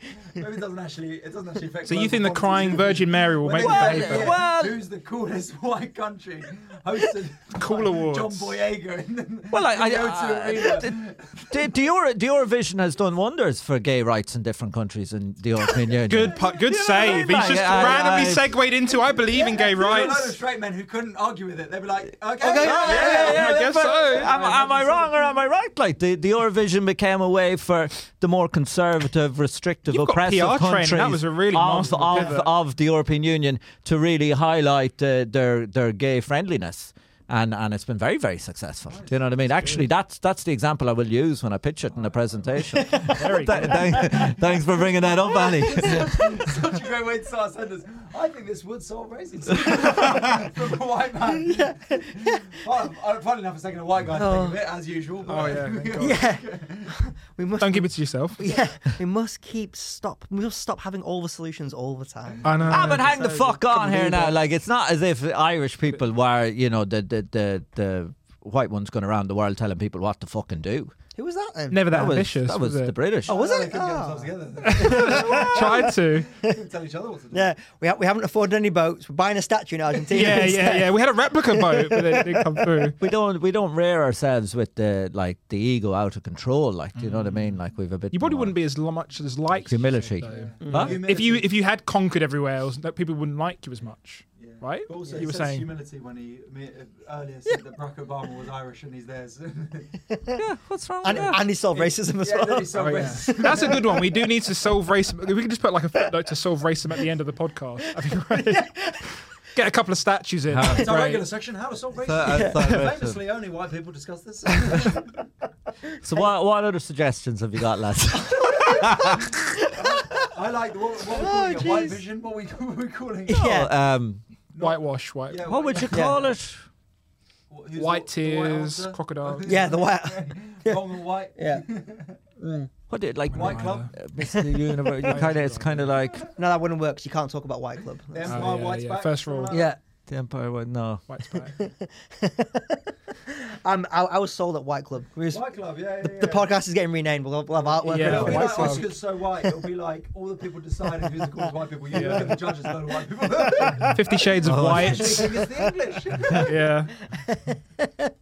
E: it doesn't actually. It doesn't actually affect.
C: So you
E: global
C: think the
E: politics.
C: crying Virgin Mary will
E: When
C: make
E: they
D: Well,
C: them
E: debate
C: behave
E: it,
C: better?
D: well-
E: who's the coolest [laughs] white country? Hosted
C: Cool
E: by
C: awards.
E: John Boyega. And then
D: Well, I, I,
E: they go to
D: I,
C: Uh,
E: arena.
D: the, the, the Euro, the Eurovision has done wonders for gay rights in different countries in the
C: [laughs]
D: European Union.
C: Good, pu- good
D: You know what I mean?
C: save. He's
D: Like,
C: just
D: I-
C: randomly
D: I-
C: segued into "I believe in gay
E: There were A load of
C: rights."
E: straight men who couldn't argue with it. They'd be like, okay,
D: Okay,
E: yeah,
C: yeah,
E: [laughs]
C: yeah, yeah, I guess
D: but
C: so.
D: Am, am I wrong or am I right? Like the, the Eurovision became a way for the more conservative, restrictive,
C: You've got
D: oppressive
C: PR training.
D: countries
C: That was a really
D: of,
C: masterful
D: of,
C: pivot.
D: of the European Union to really highlight uh, their their gay friendliness. and and it's been very very successful. Do you know what I mean? Actually, that's that's the example I will use when I pitch it in the presentation.
C: [laughs] Very
D: [laughs] Th-
C: good.
D: thank- thanks for bringing that up, Annie.
E: Such a great way to start a sentence. I think this would solve
C: [laughs]
E: racism from a white man. Well, I'm- funny enough, it's taking a white guy to think of it as usual. But
C: Oh, yeah,
E: [laughs]
C: thank God.
B: Yeah. [laughs] we must.
C: Don't keep it to yourself.
B: [laughs] Yeah, we must keep stop. We must stop having all the solutions all the time.
C: I know.
D: Ah, but hang the
B: so
D: fuck
B: you
D: on
B: couldn't
D: here
B: do
D: now.
B: that.
D: Like it's not as if Irish people were, you know, the the the, the white ones going around the world telling people what to fucking do.
B: Who was that then?
C: Never that,
D: That was
C: ambitious.
D: that was, the British.
B: Oh, was
E: They
B: it?
E: couldn't get
B: Ah.
E: themselves together.
C: Tried
D: [laughs]
C: to.
E: They couldn't tell each other what to do.
B: Yeah, we, ha- we haven't afforded any boats. We're buying a statue in Argentina.
C: [laughs] Yeah, yeah,
B: instead.
C: yeah. We had a replica boat, but it didn't come through.
D: we don't we don't rear ourselves with the like the ego out of control. Like, do you know what I mean? Like we've a bit.
C: You probably
D: more
C: wouldn't be as lo- much as liked.
D: humility. Huh?
E: Humility.
C: If you if you had conquered everywhere else, that people wouldn't like you as much,
E: Yeah.
C: right?
E: But also,
C: you
E: he
C: were
E: says
C: saying.
E: humility when he me- earlier said that Barack Obama was Irish and he's theirs. [laughs]
D: Yeah, what's wrong?
B: And, and he solved racism as
E: yeah,
B: well.
E: that'd be so
C: Oh, yeah.
E: racist.
C: [laughs] That's a good one. We do need to solve racism. If we can just put like a footnote to solve racism at the end of the podcast, that'd be great. Get a couple of statues in.
D: Huh.
E: It's our
C: Great.
E: regular section. How to solve
D: how to
E: [laughs] racism?
D: solve racism.
E: Famously, only white people discuss
C: [laughs]
E: this.
D: so what what other suggestions have you got, lads?
E: I like what, what we're calling it,
B: Oh,
E: white
B: jeez.
E: vision. What we [laughs] what we're calling it.
B: Yeah.
D: Oh, [laughs] um,
C: Whitewash, white,
E: Yeah,
D: what would you
B: Yeah.
D: call it?
E: Who's the-
C: white
E: the white
C: tears,
E: answer?
C: crocodiles.
E: [laughs]
B: yeah, the white.
E: Wrong and white.
B: [laughs] [laughs] Yeah.
D: What did like
E: White club.
D: uh, Mr. Universe? You kind of it's kind of like
B: No, that wouldn't work 'cause you can't talk about White Club.
E: The
B: That's-
E: Empire,
C: Oh, yeah,
E: white's
C: yeah.
E: back.
C: First rule.
E: something like
B: Yeah,
D: the Empire. Would, no,
C: White's back.
B: I'm, I, I was sold at White Club. We was-
E: that. White club. Yeah, yeah, yeah.
B: the podcast is getting renamed. We'll, we'll have artwork.
C: Yeah,
B: and
E: It'll be
B: everything.
E: like
C: White Club.
E: Oscars so white. It'll be like all the people deciding who's called white people.
C: [laughs]
E: You look at the judges, no white people. [laughs]
C: Fifty Shades
D: Oh, [laughs]
C: of White.
E: Actually, it's the English.
C: [laughs] yeah,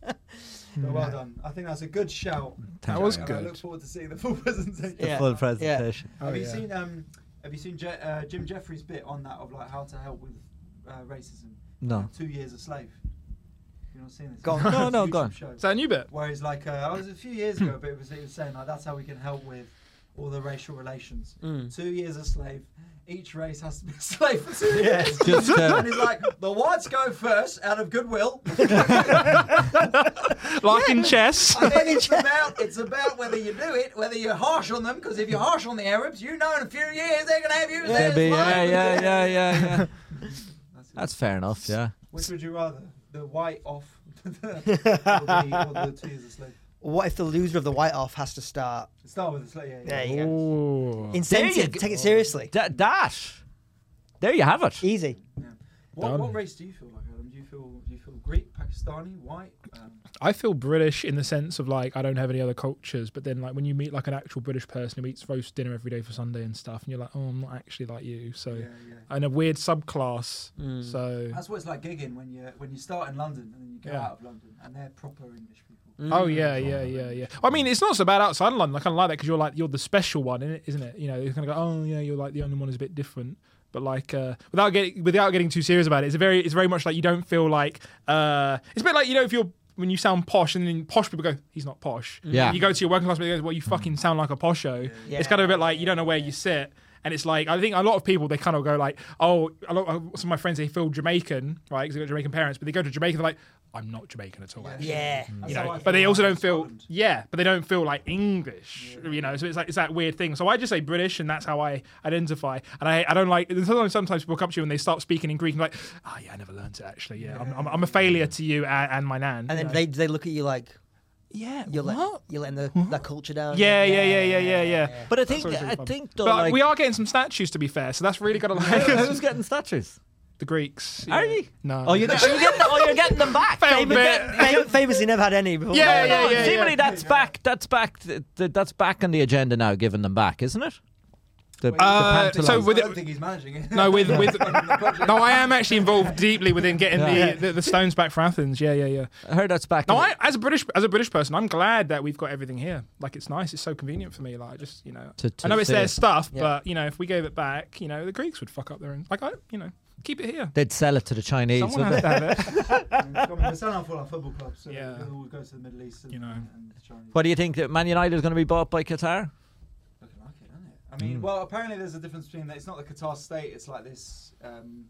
E: So well done. I think that's a good shout.
C: that was
E: And I look
C: good.
E: forward to seeing the full [laughs] presentation.
B: Yeah.
D: full presentation.
C: Oh,
E: have you
C: yeah.
E: seen um, Have you seen Je- uh, Jim Jeffries' bit on that of like how to help with uh, racism?
D: No.
E: Uh, Two years a slave. You not seen this?
B: Go on.
E: [laughs] It's a
D: No, no, go
E: YouTube
D: on.
E: show
C: Is that a new bit?
E: where he's like, uh, I was a few years ago, but it was, it was saying like that's how we can help with all the racial relations. Two years a slave. Each race has to be a slave for two years.
D: Just, uh,
E: [laughs] and he's like, the whites go first out of
D: [laughs]
E: goodwill. [laughs]
C: [laughs] Like
E: [laughs]
C: in chess.
E: And then it's about it's about whether you do it, whether you're harsh on them, because if you're harsh on the Arabs, you know in a few years they're gonna have you as their
D: Maybe, yeah,
E: slave. [laughs]
D: yeah, yeah, yeah, yeah.
E: That's it.
D: That's fair enough. Yeah.
E: Which would you rather, the white off, [laughs] or the, or the two years a slave?
B: What if the loser of the White Off has to start?
E: Start with the slave. Yeah, yeah.
B: There you go.
C: Ooh.
B: Incentive. Take it seriously.
D: That, that. There you have it.
B: Easy.
E: What,
C: Done.
E: what race do you feel like, Adam? Do you feel do you feel Greek, Pakistani, white? Um,
C: I feel British in the sense of like I don't have any other cultures, but then like when you meet like an actual British person who eats roast dinner every day for Sunday and stuff, and you're like, oh, I'm not actually like you. So,
E: yeah, yeah.
C: and a weird subclass. So,
E: That's what it's like gigging when you when you start in London and then you go
C: Yeah.
E: out of London and they're proper English people.
C: oh yeah, yeah, yeah, yeah. I mean, it's not so bad outside of London. I kind of like that because you're like you're the special one, innit? isn't it? You know, you're kind of go, oh yeah, you're like the only one who's a bit different. But like uh, without getting without getting too serious about it, it's a very it's very much like you don't feel like uh, it's a bit like you know if you're when you sound posh and then posh people go he's not posh.
D: Yeah.
C: You go to your working class people goes well you fucking sound like a posho. It's kind of a bit like you don't know where you sit. And it's like I think a lot of people they kind of go like, oh, a lot of, some of my friends they feel Jamaican, right? Because they got Jamaican parents, but they go to Jamaica, they're like, I'm not Jamaican at all. actually."
B: Yeah.
E: That's
C: you
E: how I
C: know,
E: feel
C: but they
E: when
C: also
E: I'm in
C: don't feel
E: Scotland.
C: yeah, but they don't feel like English, you know. So it's like it's that weird thing. So I just say British, and that's how I identify. And I, I don't like sometimes sometimes people come to you and they start speaking in Greek and like, oh yeah, I never learned it actually. Yeah, I'm, I'm, I'm a failure to you and, and my nan.
B: And
C: you
B: then
C: know.
B: they they look at you like
C: yeah,
B: you're
C: what?
B: let, you're letting the, that culture
D: "Oh,
B: down.
C: yeah, yeah, yeah, yeah, yeah, yeah.
D: But I think
C: always really
D: I
C: fun.
D: think though,
C: But
D: like, [laughs]
C: we are getting some statues to be fair, so that's really gonna
D: who's
C: like
D: getting statues?
C: [laughs] the Greeks.
D: Are
C: yeah.
D: you?
C: No.
D: Oh, you're, oh, you're getting oh, you're getting them back.
C: Failed
D: Damon.
C: bit.
B: Fam- famously never had any before.
C: Yeah, yeah,
D: No,
C: yeah, yeah.
D: seemingly that's back. That's back. th- th- That's back on the agenda now. Giving them back, isn't it? The, the
C: Uh,
D: Pantelon.
C: so with
E: I
C: it-
E: don't think he's managing it.
C: No,
E: [laughs]
C: with with
E: The project.
C: no, I am actually involved deeply within getting
D: Yeah.
C: the, the the stones back for Athens. Yeah, yeah, yeah.
D: I heard that's back.
C: No,
D: in
C: I, as a British as a British person, I'm glad that we've got everything here. Like it's nice. It's so convenient for me. Like I just you know,
D: To- to
C: I know it's
D: see
C: their
D: it.
C: stuff, but you know, if we gave it back, you know, the Greeks would fuck up their own. Like I, you know, keep it here.
D: They'd sell it to the Chinese.
C: Someone
D: wouldn't
C: has
D: they?
C: to have
D: [laughs]
C: it.
E: I mean, we're selling off all our football clubs, so
C: Yeah.
E: we'll all go to the Middle East and,
C: You know.
E: and China.
D: What do you think? That Man United is going to be bought by Qatar?
E: Looking like it, isn't it? I
D: Mm.
E: mean, well, apparently there's a difference between that. It's not the Qatar state. It's like this, um,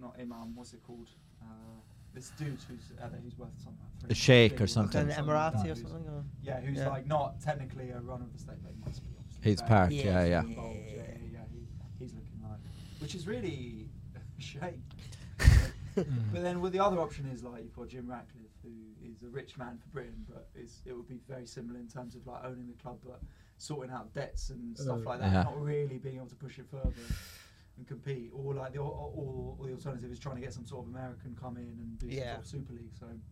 E: not imam. What's it called? Uh, this dude who's out there who's worth something. like
D: A
E: three
D: sheikh or
E: billion
D: something.
B: An
E: dollars, like
B: Emirati
E: that,
B: or
E: who's-
B: something. Or?
E: Yeah, who's
B: Yeah. [laughs]
E: like not technically a runner of the state, but he must be. obviously.
D: He's
E: Uh,
D: part,
E: he's
B: yeah, yeah.
E: involved, yeah, yeah, yeah, he- he's looking like, which is really [laughs] a shame.
B: Mm.
E: but then, well, the other option is like you've got Jim Ratcliffe, who is a rich man for Britain, but is it would be very similar in terms of like owning the club, but sorting out debts and stuff like that,
D: Yeah.
E: not really being able to push it further. And compete, or like the or, or, or the alternative is trying to get some sort of American come in and do
B: Yeah.
E: some sort of Super League. So it's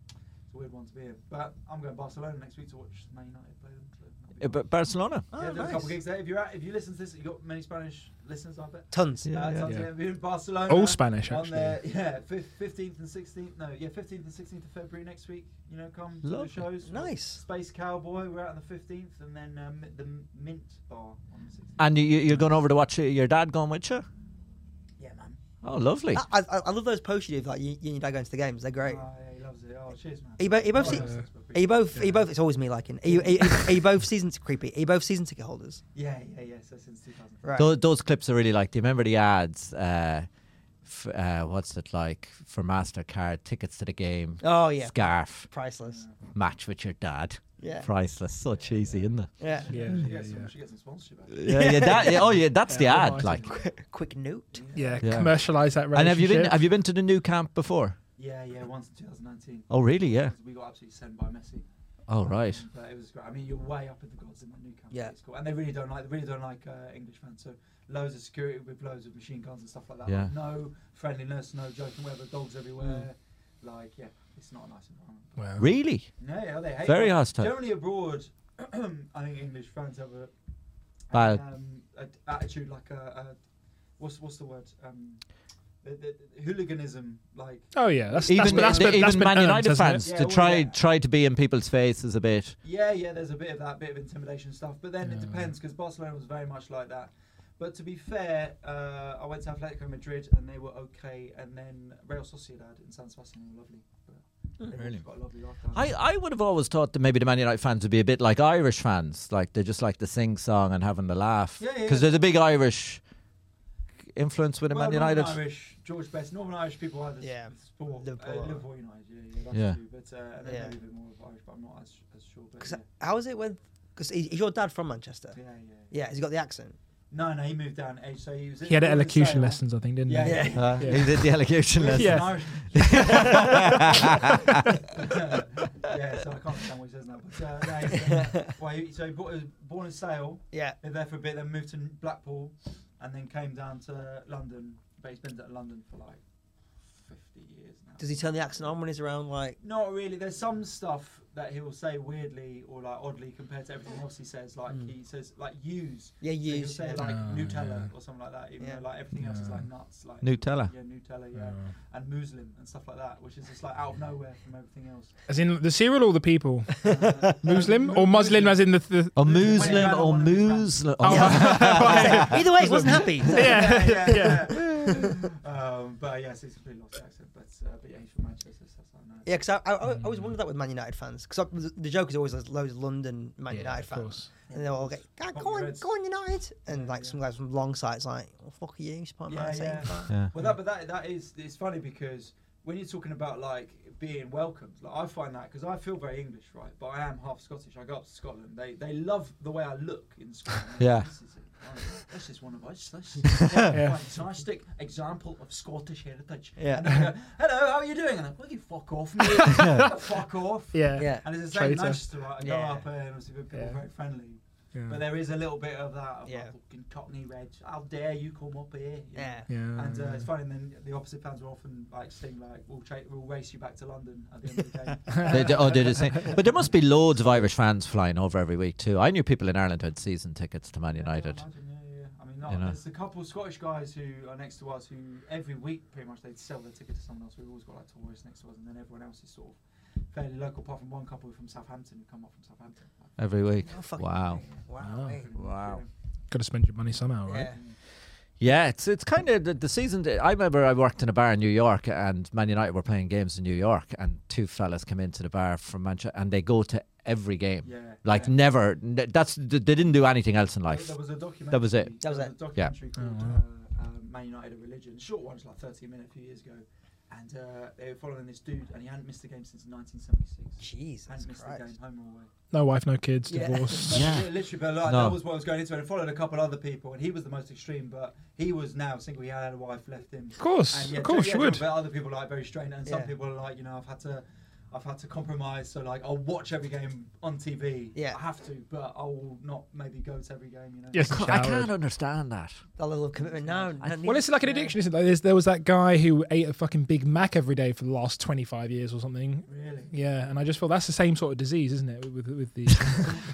E: a weird one to be in. But I'm going to Barcelona next week to watch Man United play them. So that'll be
D: Uh, But Barcelona.
E: fun. yeah,
B: Oh,
E: there's a
B: nice.
E: couple gigs there. If you're at, if you listen to this, you got many Spanish listeners, I bet.
B: Tons.
E: Uh,
B: Yeah,
E: so
B: yeah.
E: I'm gonna be in Barcelona.
C: All Spanish,
E: on
C: actually.
E: their- yeah, fifteenth and sixteenth. No, yeah, fifteenth and sixteenth of February next week. You know, come to
D: Lovely.
E: the shows.
B: Nice.
E: Space Cowboy. We're out on the fifteenth, and then um, the Mint Bar on the sixteenth.
D: And you, you're going over to watch uh, your dad going with you?
E: yeah, man.
D: Oh, lovely.
B: I, I, I love those posts you do. of, Like you, you and your dad going to the games. They're great.
E: Oh, yeah, he loves it. Oh, cheers, man.
B: Are you, bo- are you both?
E: Oh,
B: Se-
E: yeah, that's-
B: are you both? Are you both? It's always me liking. Are you? Are you, are you both season t- creepy? Are you both season ticket holders?
E: yeah, yeah, yeah. So since 2000.
B: Right.
D: Those, those clips are really like. Do you remember the ads? Uh, f- uh, what's it like for Mastercard tickets to the game?
B: Oh yeah.
D: Scarf
B: Priceless.
D: match with your dad.
B: Yeah.
D: Priceless. So cheesy, isn't it?
B: Yeah.
C: Yeah,
E: She
C: yeah,
E: gets some,
C: yeah.
E: she gets some sponsorship. actually.
D: Yeah, yeah. That, yeah, oh, yeah. That's
C: Yeah,
D: the ad.
C: otherwise
D: Like.
B: Quick note.
C: Yeah,
D: Yeah.
C: commercialize that relationship.
D: And have you been? Have you been to the new camp before?
E: Yeah, yeah, once in 2019.
D: Oh, really? Yeah.
E: We got absolutely sent by Messi.
D: Oh, right.
E: But it was great. I mean, you're way up in the gods in that new camp.
B: Yeah.
E: It's cool. And they really don't like, they really don't like uh, English fans. So loads of security with loads of machine guns and stuff like that.
D: Yeah.
E: Like, no friendliness, no joking weather, dogs everywhere.
D: Mm.
E: Like, yeah, it's not a nice environment.
C: Wow.
D: Really?
E: No, yeah, they hate
D: Very
E: it.
D: hostile.
E: Generally abroad, [clears throat] I think English fans have a,
D: Bad.
E: um, a attitude like a, a what's what's the word? Um, the, the, the hooliganism, like
C: Oh yeah, that's
D: Even,
C: that's, been- that's,
D: the-
C: been- that's
D: even
C: been
D: Man
C: earned,
D: United
C: hasn't it?
D: fans
E: Yeah,
D: to
E: well,
D: try
E: yeah.
D: try to be in people's faces a bit.
E: Yeah, yeah, there's a bit of that, bit of intimidation stuff. But then
C: Yeah,
E: it
C: yeah.
E: depends because Barcelona was very much like that. But to be fair, uh, I went to Atletico Madrid and they were okay. And then Real Sociedad and San Sebastian were lovely. But they've
D: Really?
E: also got a lovely life down
D: I,
E: there.
D: I would have always thought that maybe the Man United fans would be a bit like Irish fans, like they just like to sing song and having the laugh.
E: Yeah, yeah,
D: there's a big Irish influence with the
E: well,
D: Man United.
E: Northern Irish, George Best, Northern Irish people have this
B: Yeah,
E: this sport.
B: Liverpool.
E: Liverpool, uh, Liverpool United, yeah, yeah, that's
D: Yeah.
E: true. But uh, and then
B: Yeah.
E: maybe a bit more of Irish, but I'm not as, as sure. But
B: 'Cause
E: yeah.
B: How is it when? Because is your dad from Manchester?
E: yeah, yeah, yeah.
B: Yeah. Has he got the accent?
E: No, no, he moved down at age, so he was.
C: He had
E: was
C: elocution
E: Sale.
C: lessons, I think, didn't
E: Yeah,
C: he?
E: yeah.
D: Uh,
C: Yeah.
D: He did the allocution lesson.
E: It's
C: Yeah.
E: an Irish- yeah, so I can't understand what he says now. But, uh, no, he's, uh,
B: [laughs]
E: well, he, so he bought, he was born in Sale,
B: Yeah.
E: lived there for a bit, then moved to Blackpool, and then came down to London. But he's been to London for like 50 years now.
B: Does he turn the accent on when he's around? Like.
E: Not really. There's some stuff that he'll say weirdly or like oddly compared to everything else he says. Like
B: Mm.
E: he says like use.
B: Yeah.
E: So he'll
B: You.
E: say like
C: Oh,
E: Nutella
C: yeah.
E: or something like that. Even
B: Yeah.
E: though like everything else is
C: Yeah.
E: like nuts. Like
D: Nutella.
E: Yeah, Nutella. Yeah,
C: Yeah.
E: and Muslim and stuff like that, which is just like out of nowhere from everything else.
C: As in the cereal or
E: [laughs]
C: the people?
E: Uh,
C: Muslim
E: mu-
C: or Muslim as in the. the
D: A
E: When you
D: Oh, Muslim
E: ran on
D: or
E: one of his fans.
D: Muslim.
E: [laughs]
C: Oh.
B: [laughs] Either way, he wasn't happy.
E: yeah, yeah, yeah. [laughs] um, but yes, he's completely lost the accent. But, uh, but yeah, he's from Manchester, so that's not nice.
B: Yeah, because I, I, I always wondered that with Man United fans. Because the, the joke is always there's loads of London Man United fans. And they'll all get, "Ah,
E: Probably
B: go on,
E: Reds.
B: go on United. And like
E: yeah.
B: some guys from long side's like, oh, fuck you, you support Man
E: Yeah,
B: City.
E: yeah.
B: fuck."
D: Yeah.
E: Well, that, but that that is it's funny because when you're talking about like being welcomed, like I find that because I feel very English, right? But I am half Scottish. I go up to Scotland. They they love the way I look in Scotland.
D: Yeah.
E: This is it. Oh, This is one of us. This is quite a fantastic example of Scottish heritage.
B: Yeah.
E: And they go, Hello, how are you doing? And I'm like, well, you fuck off, mate. fuck off.
C: Yeah.
B: Yeah.
E: And it's the same in
C: Traitor.
E: Manchester, right? I go
B: Yeah. Mm.
E: up and obviously people are
C: Yeah.
E: very friendly. But
C: Yeah.
E: there is a little bit of that of
B: Yeah.
E: like, fucking cockney reg. How dare you come up here? you know?
B: Yeah.
E: And uh,
D: Mm.
E: it's funny, and then the opposite fans will often like sing like, "We'll, tra- we'll race you back to London at the end of
D: [laughs]
E: the game."
D: They, they, oh, they the same. But there must be loads of Irish fans flying over every week too. I knew people in Ireland had season tickets to Man
E: Yeah, I
D: United.
E: imagine, Yeah, yeah. I mean, not,
D: You know.
E: there's a couple of Scottish guys who are next to us who every week pretty much they'd sell their ticket to someone else. We've always got like tourists next to us, and then everyone else is sort of fairly local, apart from one couple from Southampton who come up from Southampton.
D: Every week.
B: Oh, fuck.
D: Wow.
B: Wow. mate.
D: Wow.
C: Got to spend your money somehow, right?
B: Yeah.
D: Yeah, it's it's kind of the, the season. that- I remember I worked in a bar in New York, and Man United were playing games in New York, and two fellas come into the bar from Manchester, and they go to every game,
E: Yeah,
D: like
E: yeah.
D: never. n- That's they didn't do anything else in
E: There
D: life.
E: was a documentary.
D: That was it.
B: That was
E: there
B: it.
E: A
D: Yeah.
B: Oh,
E: um, documentary called uh, uh, Man United: A Religion. Short one, it's like 13 minutes a few years ago, and uh, they were following this dude, and he hadn't missed a game since 1976.
B: Jesus
E: hadn't missed a game,
B: Christ.
E: home or away.
C: No wife, no kids,
B: Yeah.
C: [laughs] divorce.
D: Yeah.
E: [laughs] literally, but like,
D: No.
E: that was what I was going into, and I followed a couple other people, and he was the most extreme, but he was now single. He had a wife left him.
C: Of course,
E: And yeah,
C: of course,
E: yeah,
C: you would.
E: But other people are like very strained, and some
B: Yeah.
E: people are like, you know, I've had to, I've had to compromise. So like, I'll watch every game on TV.
B: Yeah.
E: I have to, but I will not maybe go to every game. You know.
C: Yes,
D: I can't understand that.
B: That level of commitment now. no
D: I-
C: Well,
B: need-
C: it's like an addiction, isn't it? Like, there's- there was that guy who ate a fucking Big Mac every day for the last 25 years or something.
E: Really.
C: Yeah, and I just feel that's the same sort of disease, isn't it? With, with the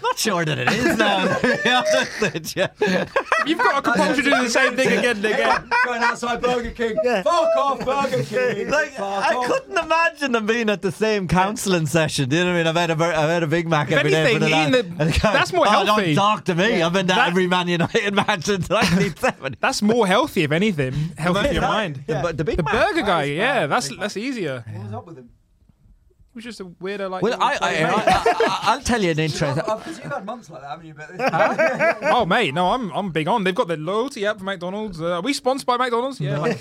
D: Not sure that it is [laughs] now.
C: [laughs] you've got a compulsion to do the same thing again and again.
E: Everyone [laughs] Going outside Burger King. Fuck off, Burger King.
D: [laughs] like
E: Fuck
D: I
E: off.
D: couldn't imagine them being at the same counselling session. Do you know what I mean? I've had a, bur- I've had a Big Mac every day
C: anything,
D: for the last. [laughs]
C: eating the-
D: and go,
C: that's more
D: oh,
C: healthy."
D: Don't talk to me. I've been to
C: That-
D: every Man United [laughs] match since 1970.
C: That's more healthy, if anything, healthy for your mind.
D: The, bu- the Big
C: The
D: Mac.
C: burger guy,
E: is
C: yeah,
E: bad.
C: that's
E: Big Mac.
C: that's easier. He
E: What was up with him?
C: was just a weirdo like.
D: Well, I, I, I, I, will tell [laughs] you an interesting.
E: Because you've had months like that, haven't you? But [laughs]
C: oh mate, no, I'm I'm big on. They've got the loyalty app for McDonald's. Uh, are we sponsored by McDonald's? Yeah. like-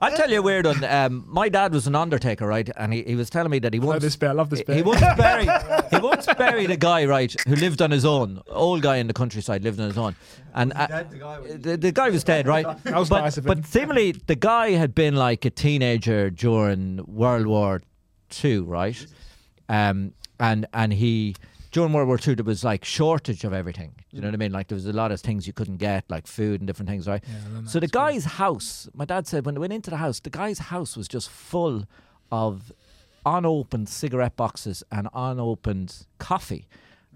D: I'll tell you a weird one. Um, my dad was an undertaker, right? And he, he was telling me that he
C: I love
D: once
C: this bit. I love this
D: He
C: bit. [laughs]
D: once buried he once buried a guy right who lived on his own. Old guy in the countryside lived on his own, and uh,
E: dead, the guy was-
D: the, the guy was dead, right?
C: That was
D: but,
C: nice of him.
D: but seemingly the guy had been like a teenager during World War Two, right? Um, and and he during World War Two there was like shortage of everything. You know what I mean? Like there was a lot of things you couldn't get, like food and different things, right? so the guy's house, my dad said when they went into the house, the guy's house was just full of unopened cigarette boxes and unopened coffee.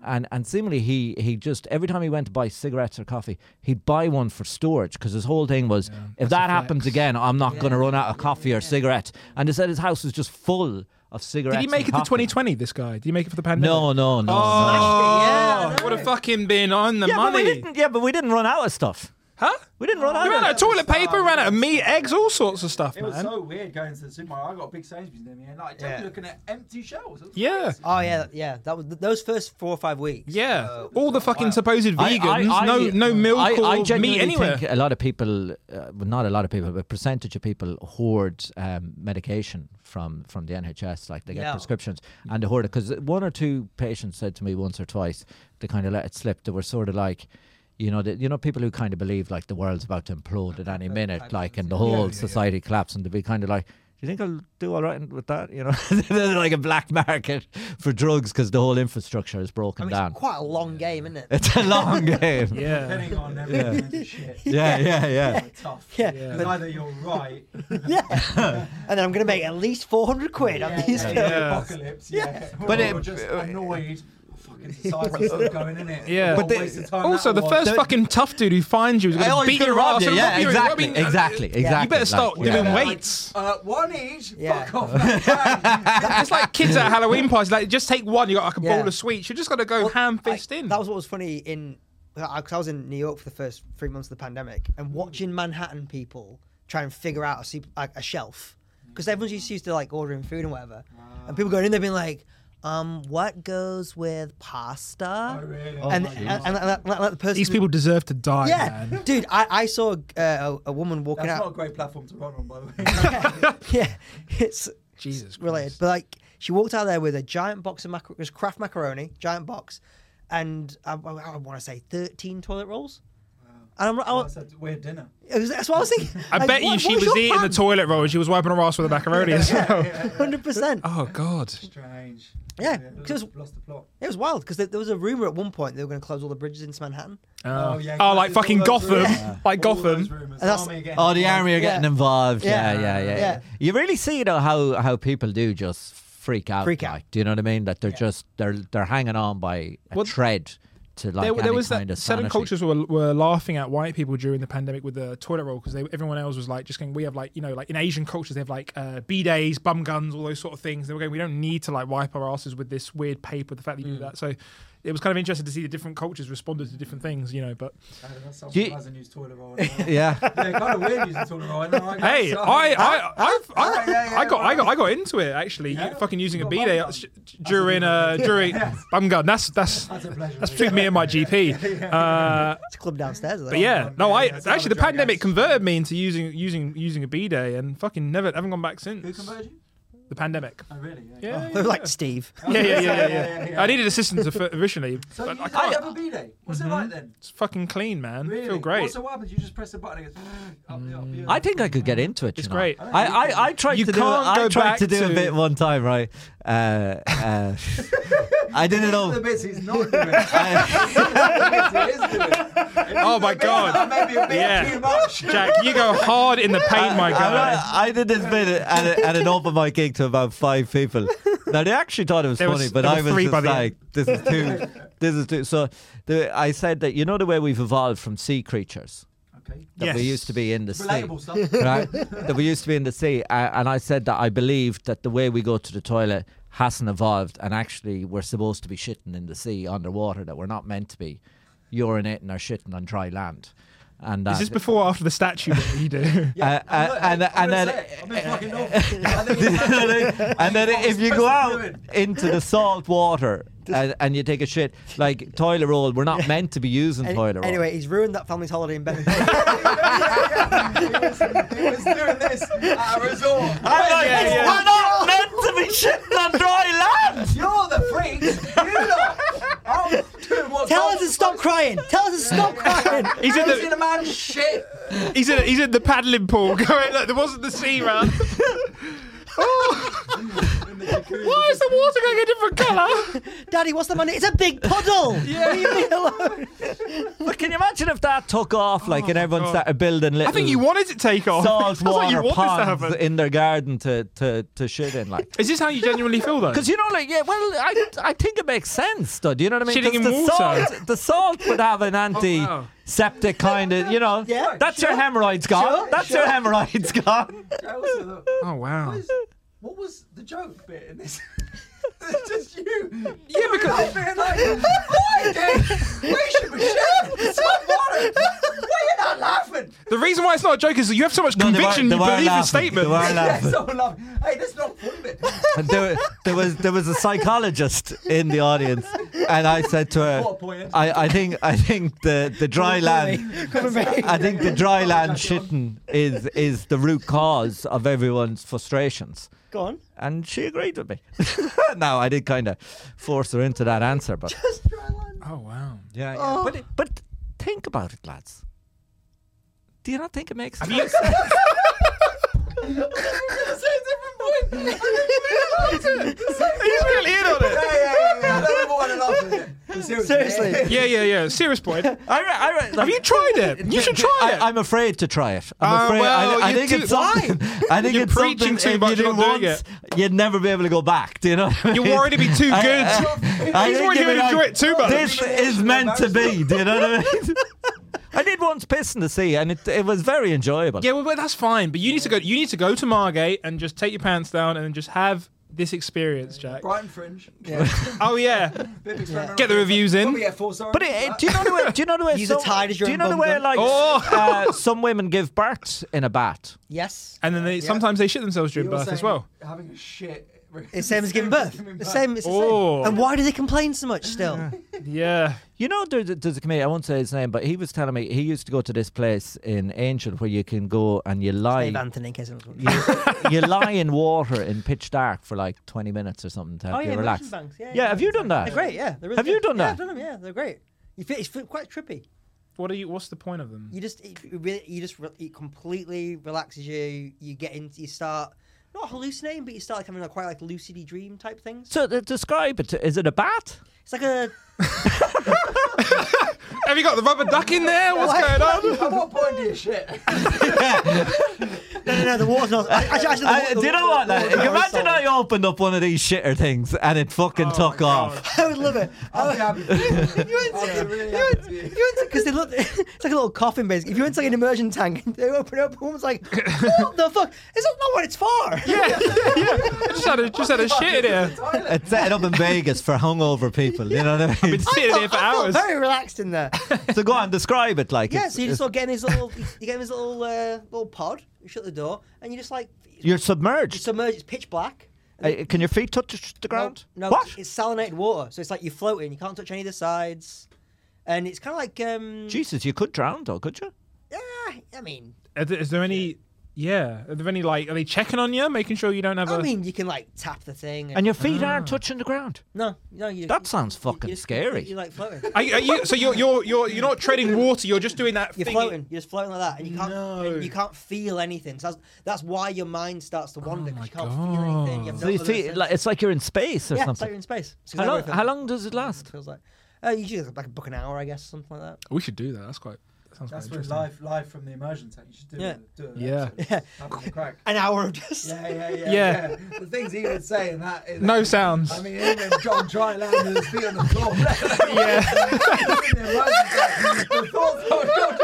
D: And and seemingly he he just every time he went to buy cigarettes or coffee, he'd buy one for storage because his whole thing was if that happens again, I'm not going to run out of coffee or cigarettes. And they said his house was just full of cigarettes.
C: Did he make it
D: and
C: to
D: coffee.
C: 2020? This guy. Did he make it for the pandemic?
D: No, no, no. no.
B: yeah, I
C: would have fucking been on the
D: Yeah, but we
C: Oh, money.
D: didn't. Yeah, but we didn't run out of stuff.
C: Huh?
D: We didn't run
C: We
D: out.
C: ran out
D: of
C: of toilet paper, ran out of meat, eggs, all sorts of stuff,
E: it was
C: man.
E: so weird going to the supermarket. I got a big Sainsbury's near me, and like,
B: Yeah.
E: yeah. looking at empty shelves. It was
C: Yeah.
E: crazy.
B: Oh yeah, yeah. That was those first four or five weeks.
C: yeah,
B: uh,
C: all the fucking supposed
D: I-
C: vegans,
D: I- I- Mm.
C: no, no milk
D: I, I
C: or meat
D: genuinely
C: anywhere.
D: Think a lot of people, uh, well, not a lot of people, but percentage of people hoard um, medication from from the NHS. Like they get
B: Yeah.
D: prescriptions and they hoard it because one or two patients said to me once or twice they kind of let it slip. They were sort of like. You know, the, you know, people who kind of believe like the world's about to implode at any minute, like, and the whole society collapse, and to be kind of like, do you think I'll do all right with that? You know, [laughs] there's like a black market for drugs because the whole infrastructure is
B: I
D: broken
B: mean,
D: down.
B: it's quite a long game, isn't
D: [laughs]
B: it? [laughs]
D: It's a long [laughs] game.
C: Yeah.
E: Depending on everything and shit.
D: Yeah, yeah, yeah.
E: It's tough.
B: Yeah,
E: Because
B: but-
E: either you're right.
B: yeah. and then I'm going to make at least four hundred quid on these.
E: yeah,
B: films.
C: Yeah.
E: Apocalypse. Yeah.
D: But
E: But
D: it-
E: it, just annoyed. Fucking society's still going in it.
C: Yeah.
E: What
C: But
E: a
D: the-
E: waste of time
C: Also,
E: that
C: the
E: was.
C: first fucking tough dude who finds you is
D: Oh,
C: going to
D: he's
C: beat
D: gonna
C: your
D: rob
C: ass.
D: you.
C: and
D: Yeah,
C: rob you. I
D: exactly,
C: mean, uh,
D: exactly, exactly.
C: You better
D: Like,
C: start
D: yeah.
C: doing
D: Yeah.
C: weights.
E: Uh, one each.
B: Yeah.
E: Fuck off. man.
C: it's like kids at Halloween parties. Like, just take one. You got like a
B: Yeah.
C: bowl of sweets. You just got to go
B: Well,
C: ham
B: I-
C: fist in.
B: That was what was funny in because I was in New York for the first three months of the pandemic and watching Manhattan people try and figure out a, super, like a shelf because everyone's just used to like ordering food and whatever, and people going in there being like. Um, what goes with pasta?
E: Oh, really?
B: and,
E: Oh, my
B: and, and, and, and, and the person
C: These people deserve to die,
B: yeah,
C: man.
B: dude, I, I saw uh, a, a woman walking
E: That's not a
B: out.
E: great platform to run on, by the way.
B: [laughs] yeah, it's
C: Jesus
B: related.
C: Christ.
B: But like, she walked out there with a giant box of macaroni, was Kraft macaroni, giant box, and I, want to say thirteen toilet rolls. And I'm, I,
E: Oh,
B: was-
E: it's a weird dinner.
B: it was, that's what I was thinking.
C: I bet you she was eating the toilet roll and she was wiping her ass with
D: [laughs]
C: a macaroni as well.
B: Hundred percent.
C: [laughs] Oh God.
E: Strange.
B: Yeah,
E: Because
B: 'cause-
E: lost the plot.
B: It was wild because there, there was a rumor at one point they were going to close all the bridges into Manhattan.
C: Oh,
E: yeah,
C: oh like
E: there's all
C: fucking
E: those
C: Gotham.
E: rumors.
C: Like
E: All those
C: Gotham.
E: rumours.
B: that's-
E: Army again.
D: Oh, the army are getting
B: Yeah.
D: involved. Yeah,
B: Yeah.
D: yeah, yeah, yeah.
B: Yeah.
D: You really see though how how people do just freak out.
B: Freak out.
D: like, do you know what I mean? That they're just they're they're hanging on by a
C: Well,
D: thread to like
C: There,
D: any
C: there was
D: kind
C: that
D: of
C: certain
D: sanity.
C: cultures were, were laughing at white people during the pandemic with the toilet roll because everyone else was like just going we have like you know like in Asian cultures they have like uh, b days
E: Mm.
C: bum guns all those sort of things they were going we don't need to like wipe our asses with this weird paper the fact that you do that so it was kind of interesting to see the different cultures responded to different things, you know.
E: [laughs]
C: But
E: Uh, that's someone
D: You-
E: who hasn't used toilet roll. in a while.
D: [laughs] Yeah.
E: yeah, kind of weird using toilet roll. in a while.
C: hey, I
E: Sorry.
C: I I, I, I,
E: Yeah, yeah, yeah,
C: got I
E: right.
C: got I got into it actually.
E: Yeah?
C: Fucking using a
E: You
C: b
E: got
C: day
E: bum gun.
C: sh- during uh during
E: [laughs] Yes.
C: bum gun. That's that's
E: That's a pleasure.
C: that's between
E: [laughs]
C: me and my GP. Uh,
B: It's a club downstairs. Though.
C: but yeah,
E: gun,
C: no,
E: Oh, yeah,
C: I
E: yeah, it's
C: actually
E: another
C: the
E: drug,
C: pandemic
E: yes.
C: converted me into using using using a b day and fucking never haven't gone back
E: Who
C: since
E: converted you?
C: the pandemic.
E: Oh, really?
C: Yeah.
B: They're like Steve.
C: Yeah, yeah,
E: [laughs]
C: yeah, yeah,
E: Yeah,
C: yeah.
E: yeah, yeah.
C: I needed assistance of- originally,
E: So
C: but
E: you
C: I
E: didn't
C: can't.
E: have a B-Day? What's it like then?
C: It's fucking clean, man.
E: Really?
C: Feel great.
E: Well, so what happens? You just press the button and it goes [gasps] up, the- up, the-
D: I think I could get into it.
C: It's
D: you know.
C: great.
D: I, I, I tried
C: You
D: to do.
C: can't
D: I
C: go
D: tried
C: back
D: to do
C: to-
D: a bit one time, right? Uh, uh,
C: [laughs]
D: I
E: These
D: didn't
E: are the
D: know.
E: bits he's
D: [laughs]
E: not doing. [laughs] These are the bits he is doing. If
C: [laughs] Oh
E: these are
C: my
E: the bits
C: God.
E: that may be a bit
C: Yeah.
E: too much.
C: Jack, you go
E: [laughs]
C: hard in the paint, Oh my guy.
D: I, I did this bit at, a, at an open mic gig to about five people. Now they actually thought it was
C: There was-
D: funny, but
C: there were
D: I was
C: three by
D: just
C: the end.
D: like, "This is too, this is too." So the, I said that you know the way we've evolved from sea creatures
E: Okay.
D: that we
C: Yes.
D: used to be in the sea.
E: Relatable stuff.
D: right? that we used to be in the sea. Uh, and I said that I believed that the way we go to the toilet hasn't evolved, and actually we're supposed to be shitting in the sea underwater. That we're not meant to be urinating or shitting on dry land. And uh,
C: Is this before or after the statue that
E: [laughs]
C: you do?
D: Uh, uh, and and then.
E: I'm in fucking
D: [laughs]
E: Norfolk. I think it's
D: and then if you go out into the salt water
C: [laughs]
D: and, and you take a shit like toilet roll, we're not meant to be using
B: Any-
D: toilet roll.
B: anyway, he's ruined that family's holiday in
C: [laughs]
B: bed.
E: he was he was doing this at a resort.
D: I'm like,
C: Yeah, yeah.
D: we're not meant to be shitting on dry land.
E: You're the freak. You lot. I'm doing what
B: Tell
E: God
B: us to
E: was
B: stop
E: supposed
B: crying. Tell us to stop crying.
C: He's in
E: He's in a
C: the
E: man's shit.
C: he's in, he's in the paddling pool. [laughs] Going, look, there wasn't the sea
E: [laughs]
C: round. [laughs] Oh. Why is the water going a different colour?
B: Daddy, what's the money? It's a big
C: [laughs]
B: puddle. yeah. Leave me alone.
D: But can you imagine if that took off, like, and everyone
C: Oh God.
D: started building little
C: I think you wanted to take off.
D: salt
C: [laughs] That's what you
D: water
C: want
D: ponds
C: this to happen.
D: in their garden to, to, to shit in, like?
C: Is this how you genuinely feel though?
D: Because you know, like, yeah, well, I, I think it makes sense, though. Do you know what I mean?
C: Shitting
D: 'Cause
C: in
D: the
C: water.
D: salt, the salt would have an
C: wow.
D: anti-septic kind of, you know.
B: Yeah,
D: that's your hemorrhoids gone.
B: Sure,
D: that's your hemorrhoids gone.
E: I also thought,
C: Oh wow.
E: What was the joke bit
B: [laughs]
E: in this? It's just you.
C: Yeah, because
E: Like, being like, "Oi, dude, we should be sharing some water. Why are you not
B: [laughs]
E: laughing?
C: the reason why it's not a joke is that you have so much
D: No, they weren't-
C: conviction
D: they
C: you
D: weren't
C: believe the
D: laughing.
C: statement.
D: They weren't
E: Yeah,
D: laughing.
E: so laughing. Hey, that's not funny bit.
D: [laughs] And there, there was there was a psychologist in the audience, and I said to her,
E: What a
B: [laughs]
E: point.
D: I, "I think I think the the dry land."
B: Cover me.
D: I think the dry land shitting is is the root cause of everyone's frustrations.
B: Go on.
D: And she agreed with me. [laughs] now I did kind of force her into that answer, but
C: Oh [laughs] wow.
D: yeah, yeah.
B: Oh.
D: But, but think about it, lads. Do you not think it makes sense?
C: [laughs] He's really in on
E: Yeah, yeah,
C: it.
E: yeah, yeah. I don't ever want to laugh at it.
B: [laughs]
E: But
B: Seriously.
C: Yeah, yeah, yeah. Serious point.
D: I, re- I, re-
C: Have you tried it? You should try it.
D: I, I'm afraid to try it. I'm
C: Uh,
D: afraid.
C: well,
D: I, I
C: you
D: think
C: do-
D: it's something. [laughs] I think
C: You're
D: it's something.
C: preaching too
D: if
C: much,
D: you do
C: you're not
D: once,
C: doing
D: you'd never be able to go back. Do you know? what I
C: [laughs] You're
D: mean? [laughs]
C: worried it'd be too
D: I-
C: good.
D: I
C: He's
D: think
C: worried
D: you'd
C: you'd
D: be
C: enjoy
D: like,
C: it too much.
D: This is meant to be. Do you know what I mean? [laughs] I did once piss in the sea, and it, it was very enjoyable.
C: Yeah, well, but that's fine. But you need to go. You need to go to Margate and just take your pants down and just have this experience, Jack.
E: Brighton Fringe.
C: Oh [laughs] yeah,
E: Bit experimental.
C: get the reviews
E: Probably
C: in.
E: get four stars.
D: But it, it- do you know the way? Do you know the way?
B: Use a
D: some-
B: tide as your
D: Do you
B: own
D: know the
B: bum
D: way?
B: gun.
D: Like
C: Oh.
D: uh, some women give birth in a bat.
B: Yes.
C: And then they sometimes they shit themselves
E: You
C: during
E: were
C: birth as
E: saying
C: [laughs] well.
E: Having a shit.
B: It's the same as giving birth. The same. It's the
C: Oh.
B: same. And why do they complain so much still?
C: Yeah.
D: You know, there's a, there's a comedian, I won't say his name, but he was telling me he used to go to this place in Angel where you can go and you lie.
B: Dave Anthony, in case anyone- [laughs]
D: You, you lie in water in pitch dark for like 20 minutes or something to help you relax.
B: motion Oh, banks,
D: Yeah, have you done that?
B: They're great. Yeah. They're really
D: Have you
B: good.
D: done
B: Yeah,
D: that?
B: I've done them. Yeah, they're great. You feel, it's quite trippy.
C: What are you? What's the point of them?
B: You just it, it really, you just re- it completely relaxes you. You get into you start not hallucinating, but you start like, having like, quite like lucidy dream type things.
D: So uh, describe it. Is it a bat?
B: It's like a
C: Have you got the rubber duck in there? What's going
E: [laughs]
C: on?
E: At what point do
B: [laughs]
E: you shit?
B: no no no the water's not.
D: [laughs]
B: Actually, actually, the
D: Uh,
B: water-
D: do you know
B: the
D: what? Like,
B: water's not
D: imagine
B: solid.
D: I opened up one of these shitter things and it
B: Oh
D: fucking
C: Oh
D: took
C: [laughs]
B: [laughs]
D: off.
B: I would
D: [laughs]
B: love it.
E: I'll be happy. for
B: If [laughs] you went
E: I'll
B: to,
E: be Oh, really
B: if
E: happy
B: you
E: to be-
B: went, because they look, [laughs] it's like a little coffin basically. If you went to like an immersion tank, [laughs] and they open it up, and woman's like, what the fuck? Is that not what it's for?
C: Yeah, yeah, yeah. Just have had a just had a shit in here.
D: It's set it up in Vegas for hungover people. You know
B: [laughs]
D: what I mean?
C: Been sitting here
B: [laughs]
C: for
B: I felt
C: hours.
B: very relaxed in there.
D: So go on, describe it like
B: yeah,
D: it's,
B: so you just
D: it's-
B: sort of get in his little, you get in his little, uh, little pod. You shut the door, and you just like
D: you're
B: you
D: submerged.
B: submerge. It's pitch black.
D: Uh, can your feet touch the ground?
B: No,
D: What?
B: it's salinated water, so it's like you're floating. You can't touch any of the sides, and it's kind of like um.
D: Jesus, you could drown though, could you?
B: ah, I mean,
C: Is there- is there any? Yeah. Are there any like? Are they checking on you, making sure you don't have a?
B: I mean, you can like tap the thing. And,
D: And your feet
B: Ah.
D: aren't touching the ground.
B: no, no, you.
D: That sounds
B: you- you
D: fucking
B: just-
D: scary.
B: You're like floating.
C: Are you, are you, so you're you're you're you're not treading water. You're just doing that.
B: You're
C: thing-
B: floating. You're just floating like that, and you can't.
C: No.
B: and you can't feel anything. So that's, that's why your mind starts to wander because you can't feel anything. You have
D: So
B: no
D: you
B: other
D: see,
B: sense.
D: like, it's like you're in space or
B: yeah, it's like
D: something.
B: you're in space. It's
D: how,
B: exactly
D: long,
B: what it
D: how
B: feels-
D: long does it
B: [laughs]
D: last?
B: Feels like. Uh, usually like a book an hour, I guess, something like
C: We should do that. That's quite. That sounds
E: That's
C: quite
E: where
C: interesting.
E: live, live from the immersion tank. You should do
B: Yeah.
E: it. Do it.
C: Yeah.
E: Yeah. Having a crack.
B: that. An hour of just.
E: [laughs] Yeah,
C: [laughs]
E: yeah, yeah,
C: Yeah.
E: yeah. The things he would say in that. In
C: No
E: that-
C: sounds.
E: I mean, him and John trying to land with his feet on the
C: [laughs]
E: floor. [laughs] yeah. the thoughts of John.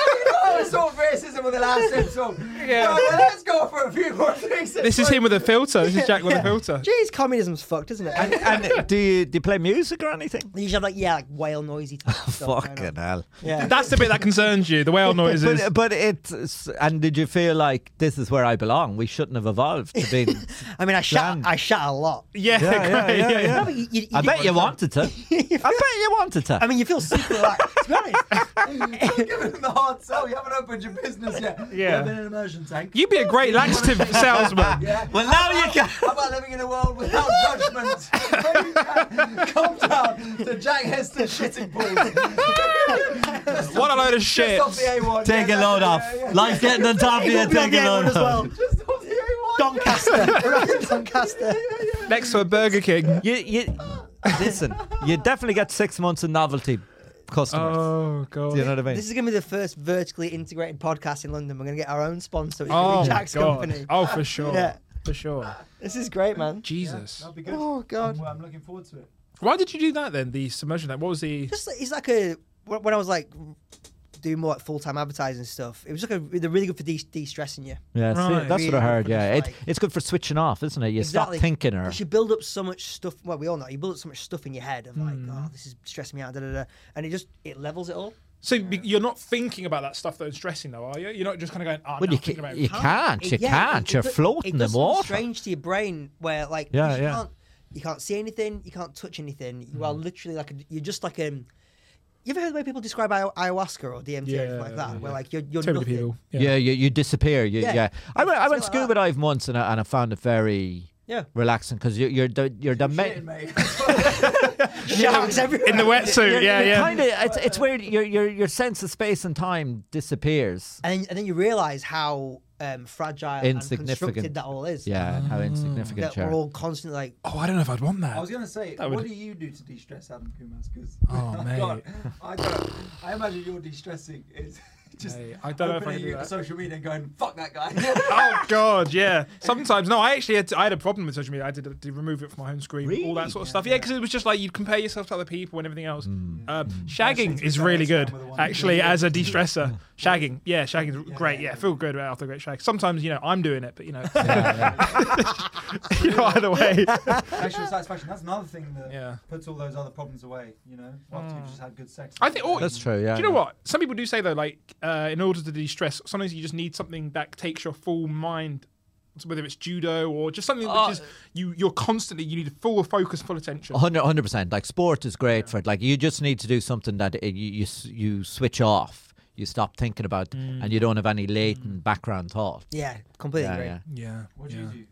E: [laughs] I saw racism on the last episode. Yeah. let's go for a few more things.
C: This is him with a filter. This is Jack with a filter.
B: Jeez, communism's fucked, isn't it?
D: And,
B: [laughs] uh,
D: and do you do you play music or anything?
B: They usually have like yeah, like whale noisy type stuff. going on.
D: [laughs] Fucking hell.
B: Yeah.
C: That's the bit that concerns you. The whale noises.
D: But, but it's and did you feel like this is where I belong? We shouldn't have evolved to
B: [laughs]
D: be.
B: I mean, I shot.
D: Grand.
B: I shot a lot.
C: yeah,
D: Yeah, yeah,
C: great,
D: yeah,
B: No,
D: yeah.
B: but you- you-
D: I
B: you- [laughs]
D: bet you wanted to. I bet you wanted to.
B: I mean, you feel super relaxed. to be honest.
E: Giving him the hard sell. You haven't opened your business yet.
C: Yeah.
E: You haven't been in an immersion tank.
C: You'd be a
E: [laughs]
C: great laxative salesman.
E: Yeah.
D: well, now you can.
E: How about living in a world without judgment?
C: [laughs]
E: Calm down to Jack Hester shitting balls.
C: What a load of shit.
E: Just off the A1.
D: Take
E: yeah,
D: a load
E: yeah,
D: off.
E: yeah, yeah.
D: Life's getting on top of
B: It
D: you.
B: would be on
D: Take
B: the
D: a
B: A1
D: load
B: as
D: off.
B: well. [laughs]
E: Just off the A1.
B: Doncaster, around Doncaster.
C: Next to a
D: [laughs]
C: Burger King.
D: You, you listen. You definitely get six months of novelty customers.
C: Oh god.
D: do you know what I mean?
B: This is gonna be the first vertically integrated podcast in London. We're gonna get our own sponsor. It's gonna
C: Oh
B: be
C: my
B: Jack's
C: god.
B: company.
C: Oh for sure.
B: Yeah.
C: For sure.
B: This is great, man.
C: Jesus.
E: That'd be good.
B: Oh god.
E: I'm, I'm looking forward to it.
C: Why did you do that then? The submersion. That what was the?
B: Just like- it's like a wh- when I was like doing more like full time advertising stuff. It was like a they're really good for de- de-stressing you.
D: Yeah, see,
C: Right.
D: that's what I
B: Really
D: heard.
B: good
D: Yeah,
B: for
D: it,
B: just, like-
D: it's good for switching off, isn't it? You
B: Exactly.
D: stop thinking or
B: Because you build up so much stuff. Well, we all know you build up so much stuff in your head of like,
C: Hmm.
B: oh, this is stressing me out, da da da, and it just it levels it all.
C: So be- you're not thinking about that stuff though and stressing though, are you? You're not just kind of going. Oh,
D: Well,
C: no,
D: you
C: I'm thinking
D: ca-
C: about
D: you
C: it."
D: can't. You
B: It- yeah,
D: can't.
B: it- it
D: You're
B: do-
D: floating
B: it
D: in the
B: does something
D: water.
B: strange to your brain where like
D: Yeah,
B: you
D: yeah.
B: can't you can't see anything, you can't touch anything. You
D: Mm.
B: are literally like a, you're just like um. You ever heard the way people describe ay- ayahuasca or DMT or anything
C: Yeah,
B: like that?
C: yeah,
B: Where
C: yeah.
B: like you're you're
C: So many
B: nothing.
C: people.
D: Yeah, you, you disappear. You, yeah.
B: Yeah.
D: I went,
B: It's
D: I went
B: like that.
D: scuba diving once and I, and I found it very [laughs]
B: Yeah.
D: relaxing because you, you're the, you're the
E: Shitting,
D: men.
E: mate.
B: Sharks everywhere.
C: In the wetsuit. Yeah, yeah.
D: Kind of, it's, it's weird. Your, your your sense of space and time disappears.
B: and then, and then you realize how um, fragile
D: Insignificant.
B: and constructed that all is.
D: Yeah, and how insignificant
B: That
D: you
B: we're
D: are.
B: all constantly like
C: Oh, I don't know if I'd want that.
E: I was gonna say,
C: [laughs] That
E: what
C: would-
E: do you do to de-stress Adam Kumas? Because [laughs] I,
C: Oh,
E: don't-
C: mate.
E: I don't. I imagine your de-stressing is [laughs] just
C: Mate, I don't know if
E: opening
C: I can do
E: your
C: that.
E: social media and going, "Fuck that
C: [laughs]
E: guy." [laughs]
C: oh god, yeah. Sometimes no, I actually had to, I had a problem with social media. I had to, to remove it from my home screen, all that sort of stuff. Yeah, because it was just like you'd compare yourself to other people and everything else.
E: Mm.
C: Um, shagging
E: Actually,
C: is
E: to be
C: really
E: fair,
C: good,
E: it's down with the
C: actually,
E: one.
C: as a de-stressor. Shagging, yeah, shagging's
E: Yeah,
C: great.
E: yeah,
C: Yeah,
E: yeah.
C: feel good after a great shag. Sometimes you know I'm doing it, but you know, [laughs] you know either
E: [laughs]
C: way.
E: Sexual satisfaction. That's another thing that
C: Yeah. Hmm.
E: puts all those other problems away. You know, after you've just had good sex.
C: I think. Oh,
D: That's true. Yeah.
C: Do you know what? Some people do say though, like uh, in order to de-stress, sometimes you just need something that takes your full mind. So Whether it's judo or just something which
E: Uh,
D: Oh.
C: is you, you're constantly you need full focus, full attention.
D: 100 percent. Like sport is great for it. Like you just need to do something that it, you, you s- you switch off. You stop thinking about, and you don't have any latent background thought.
B: yeah, completely
D: Yeah,
B: agree.
D: yeah.
C: Yeah.
E: What do
C: yeah.
E: you do?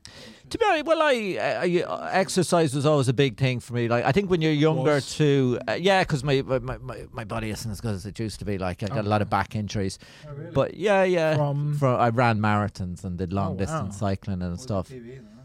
D: To be honest, well, I, I I- exercise was always a big thing for me. Like I think when you're younger
C: Was.
D: too, uh, yeah, because my, my my my body isn't as good as it used to be. Like I got a lot of back injuries,
E: Oh, really?
D: but yeah, yeah.
C: From-
D: For- I ran marathons and did long
C: wow.
D: distance cycling and
E: What
D: stuff.
E: was your PB then, huh?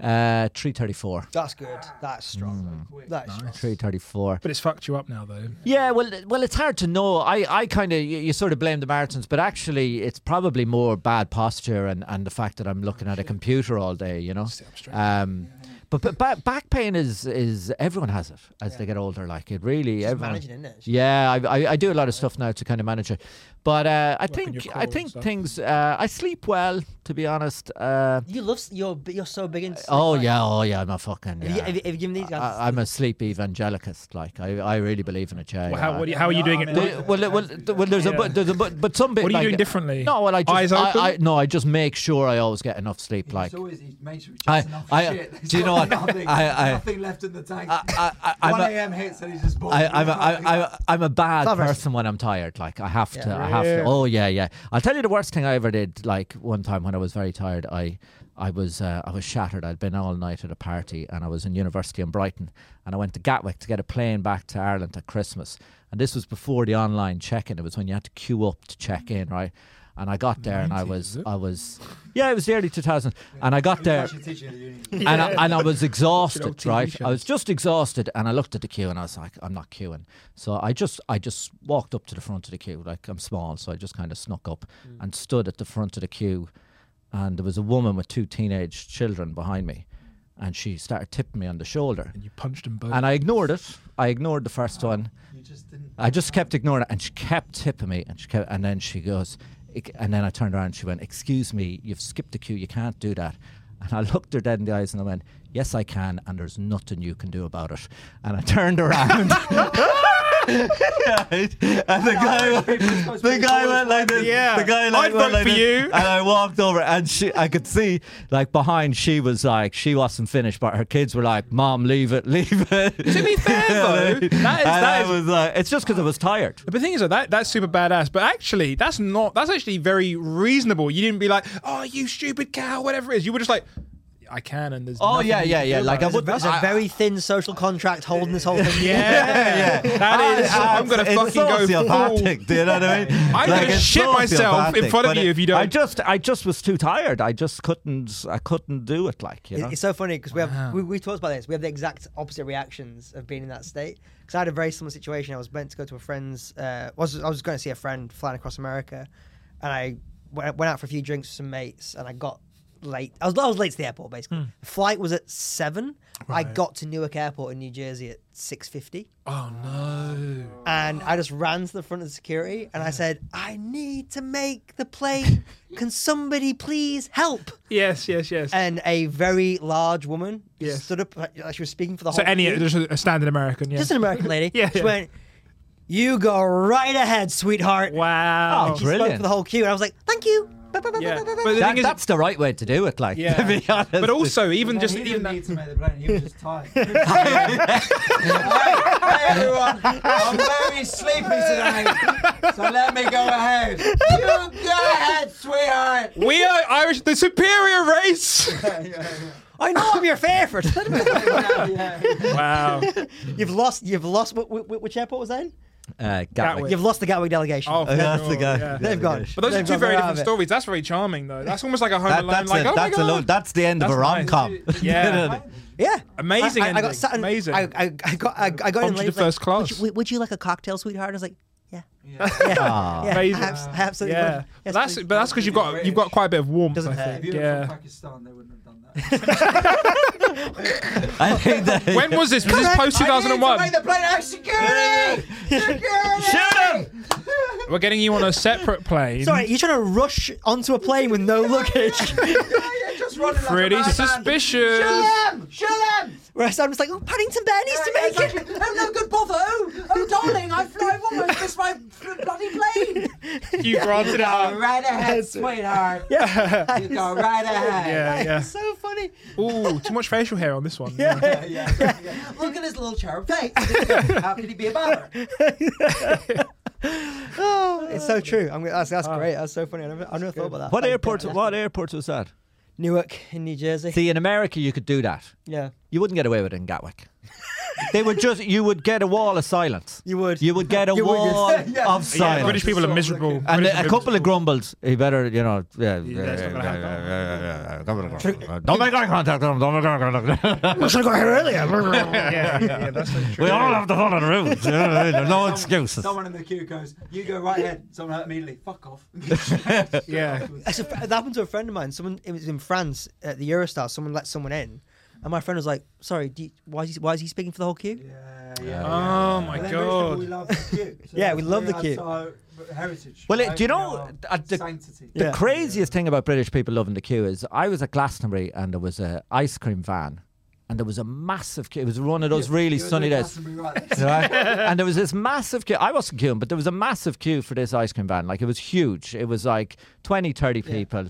D: Uh, three thirty four.
B: That's good. That's strong.
D: Mm.
E: Quick.
B: That's strong.
D: Three thirty four.
C: But it's fucked you up now, though.
D: Yeah, well, well, it's hard to know. I, I kind of you, you sort of blame the marathons, but actually, it's probably more bad posture and, and the fact that I'm looking at a computer all day. You know,
C: Sit up straight.
D: um, But, but back, back pain is is everyone has it as
B: Yeah.
D: they get older. Like it really
B: Just
D: everyone.
B: managing, isn't it? It's
D: Yeah, I, I I do a lot of stuff now to kind of manage it, but uh, I
C: Work on your
D: think
C: core
D: I
C: and
D: think
C: stuff.
D: things. Uh, I sleep well, to be honest. Uh,
B: You love s- you're b- you're so big into. sleep,
D: oh
B: like-
D: yeah, oh yeah, I'm a fucking.
B: Have you,
D: Yeah.
B: have you, have you given these guys?
D: I, I'm a sleep evangelicist. Like I, I really believe in a chair.
C: Well, how, what do you- how are you
E: Yeah,
C: doing
E: I
C: it?
E: mean,
C: now?
D: Well, well, well, th- well, there's a
C: Yeah.
D: but, there's a but, but some bit.
C: What are you
D: like-
C: doing differently?
D: No, well, I just
C: Eyes
D: I,
C: open?
D: I, no, I just make sure I always get enough sleep. Like
E: It's always he makes sure he
D: I-
E: checks enough
D: I-
E: shit. There's
D: do you know what?
E: Nothing,
D: I- I-
E: nothing left in the tank.
D: I, I, I, I'm
E: 1
D: a,
E: a.m. hits and he's just bored.
D: I, I'm, a, I, I, I'm a bad
B: Not very-
D: person when I'm tired. Like I have to,
B: Yeah.
D: I have
C: Yeah.
D: to. Oh yeah, yeah. I'll tell you the worst thing I ever did. Like one time when I was very tired, I, I was, uh, I was shattered. I'd been all night at a party, and I was in university in Brighton, and I went to Gatwick to get a plane back to Ireland at Christmas. And this was before the online check-in. It was when you had to queue up to check in, right? And I got there, and I
C: 90s,
D: was,
C: is it?
D: I was, yeah, it was the early 2000s, and I got there
E: Actually, teaching at uni.
D: [laughs] and, I, and I was exhausted,
C: TV
D: right? I was
C: shows.
D: just exhausted, and I looked at the queue and I was like, I'm not queuing. So I just, I just walked up to the front of the queue, like I'm small, so I just kind of snuck up and stood at the front of the queue, and there was a woman with two teenage children behind me, and she started tipping me on the shoulder,
C: And you punched him both.
D: and I ignored it. I ignored the first one.
E: You just didn't.
D: [laughs] I just kept ignoring it, and she kept tipping me, and she kept, and then she goes, "Ex- and then I turned around, and she went, "Excuse me, you've skipped the queue. You can't do that." And I looked her dead in the eyes, and I went, "Yes, I can, and there's nothing you can do about it." And I turned around. Right? And the guy, went- [laughs] the guy went like this.
C: Yeah.
D: the guy like,
C: I'd
D: went
C: vote
D: like
C: for
D: this.
C: you.
D: And I walked over, and she, I could see, like behind, she was like, she wasn't finished, but her kids were like, "Mom, leave it, [laughs] leave it." To [laughs]
C: be fair, though, that is-
D: and
C: that
D: I
C: is-
D: was like, it's just because I was tired.
C: But the thing is though, that that's super badass. But actually, that's not. That's actually very reasonable. You didn't be like, "Oh, you stupid cow," whatever it is. You were just like, "I can," and there's.
D: Oh
C: nothing
D: yeah,
C: you
D: yeah,
C: can
D: yeah.
C: do
D: Like I
C: about it.
D: would.
B: There's a very thin social contract holding this whole thing.
C: Yeah,
D: [laughs] yeah.
C: [laughs] That is.
D: I-
C: I'm gonna
D: it's
C: fucking go full.
D: sociopathic, Do you know what I mean?
C: I'm gonna
D: it's
C: shit myself in
D: sociopathic,
C: front of
D: but it-
C: you if you don't-
D: I just, I just was too tired. I just couldn't, I couldn't do it. Like you
B: It-
D: know.
B: It's so funny because we have we, we talked about this. We have the exact opposite reactions of being in that state. Because I had a very similar situation. I was meant to go to a friend's. Uh, was I was going to see a friend flying across America, and I went, went out for a few drinks with some mates, and I got late. I was I was late to the airport basically.
D: Hmm.
B: The flight was at seven. I got to Newark Airport in New Jersey at six fifty
C: Oh no.
B: and I just ran to the front of the security and I said, I need to make the plane. Can somebody please help?
C: Yes, yes, yes.
B: And a very large woman
C: Yes.
B: stood up, like like she was speaking for the
C: so
B: whole
C: any,
B: queue.
C: just a, a standard American. Yeah.
B: just an American lady.
C: [laughs] Yeah,
B: she
C: yeah.
B: went, You go right ahead, sweetheart.
C: wow.
D: Oh,
B: She spoke
D: Brilliant.
B: for the whole queue and I was like, Thank you. Ba- ba- ba-
C: Yeah.
B: ba- ba- ba-
C: But the
D: That-
C: thing is,
D: that's the right way to do it. Like,
C: Yeah.
D: to be [laughs] honest.
C: but also even
E: Then
C: just
E: he
C: even
E: didn't
C: that.
E: need to make the plane. He was just tired. hey, hey, everyone, I'm very sleepy today, so let me go ahead. You go ahead, sweetheart.
C: We are Irish, the superior race.
B: I know I'm
C: [laughs]
B: your favourite.
E: Yeah, yeah.
C: wow.
B: [laughs] you've lost. You've lost. Wh- wh- which airport was that? In?
D: uh,
C: Gatwick.
B: You've lost the Gatwick delegation.
C: Oh,
D: Uh, that's the
C: sure,
D: guy.
C: yeah.
B: They've gone.
C: But those
B: They've
C: are two
B: gone.
C: very
B: They're out of
C: different
B: it.
C: stories. That's very charming, though. That's almost like a home
D: That,
C: alone.
D: that's
C: like,
D: a,
C: oh
D: that's
C: my
D: a
C: god.
D: lo- that's the end of a
C: That's nice.
D: rom com.
C: [laughs]
D: [laughs]
C: Yeah.
B: Yeah.
C: Amazing
B: I, I, I
C: ending.
B: got sat in,
C: Amazing.
B: I, I, I got I, I got
C: Bumped
B: in late.
C: you
B: it
C: to
B: was like,
C: first class.
B: Would you, would you like a cocktail, sweetheart? I was like, yeah.
E: Yeah.
B: Yeah.
D: Aw.
B: yeah
C: Amazing.
B: I, abs- I absolutely love
C: yeah.
B: it. Yes,
C: that's
B: please.
C: but that's because you've got you've got quite a bit of warmth.
B: Doesn't
C: I
B: hurt.
E: If you
C: think.
E: were
C: Yeah.
E: from Pakistan, they wouldn't have done
C: [laughs]
E: that.
D: [laughs] I think that.
C: When
D: [laughs]
C: was this? Was this post
E: I need to
C: 2001?
E: make the plane out of security. Security.
D: Shoot him!
C: We're getting you on a separate plane.
B: Sorry, you're trying to rush onto a plane with
C: [laughs]
B: no luggage.
E: You're just running like a
C: Pretty
E: madman. [laughs]
C: suspicious.
E: Shoot him! Shoot him!
B: Whereas I'm just like, oh, Paddington Bear needs to make it.
E: Oh, no, good bother. Oh, oh, darling, I fly almost missed my bloody plane.
C: You granted it
E: Go
C: up.
E: right ahead, sweetheart.
C: Uh, Yeah.
E: You go right ahead.
C: Yeah.
B: It's so funny.
C: Ooh, too much facial hair on this one.
E: Yeah, yeah, yeah. Look at his little cherub face. How could he be a bother?
B: Oh, it's so true. I'm, gonna- that's that's
C: Ah.
B: great. That's so funny. I never, I never thought about that.
D: What
B: Thank
D: airport?
B: goodness.
D: What airport was that?
B: Newark in New Jersey.
D: See, in America, you could do that.
B: yeah,
D: You wouldn't get away with it in Gatwick. they would just. You would get a wall of silence.
B: you would.
D: You would
C: [laughs]
D: get a
B: You would just-
D: wall
E: Yeah,
D: of
C: Yeah,
D: silence.
C: British people are miserable.
D: And
C: British
D: a, a
C: people are
D: couple of grumbles. He better, you know. Yeah, yeah,
C: that's not gonna
D: yeah,
C: happen.
D: yeah, yeah, yeah, yeah, a couple of grumbles. Don't make eye contact. Don't don't make eye contact.
B: should have got here earlier.
C: miserable. yeah, yeah, yeah, that's so true.
D: we all have to follow the rules. you know what I mean? There's no excuses.
E: Someone in the queue goes, you go right ahead. Someone else immediately, fuck off.
C: Yeah.
B: That's a, that happened to a friend of mine. Someone it was in France at the Eurostar. Someone let someone in, And my friend was like, "Sorry, do you, why is he, why is he speaking for the whole queue?"
E: Yeah,
D: yeah,
E: yeah.
C: Oh
E: But
C: my
E: then most people,
C: god.
E: We love the queue. So
B: Yeah, we
E: that's
B: love
E: very
B: the
E: much
B: queue.
E: our heritage.
D: Well, it- do you
E: Our
D: know, at the-
E: sanctity?
D: The
B: Yeah.
D: craziest thing about British people loving the queue is I was at Glastonbury and there was a ice cream van and there was a massive queue. It was one of those really
E: You're
D: sunny
E: doing
D: days.
E: Glastonbury right.
D: [laughs]
C: [laughs]
D: right? and there was this massive queue. I wasn't queuing, but there was a massive queue for this ice cream van. Like it was huge. It was like 20, 30 people.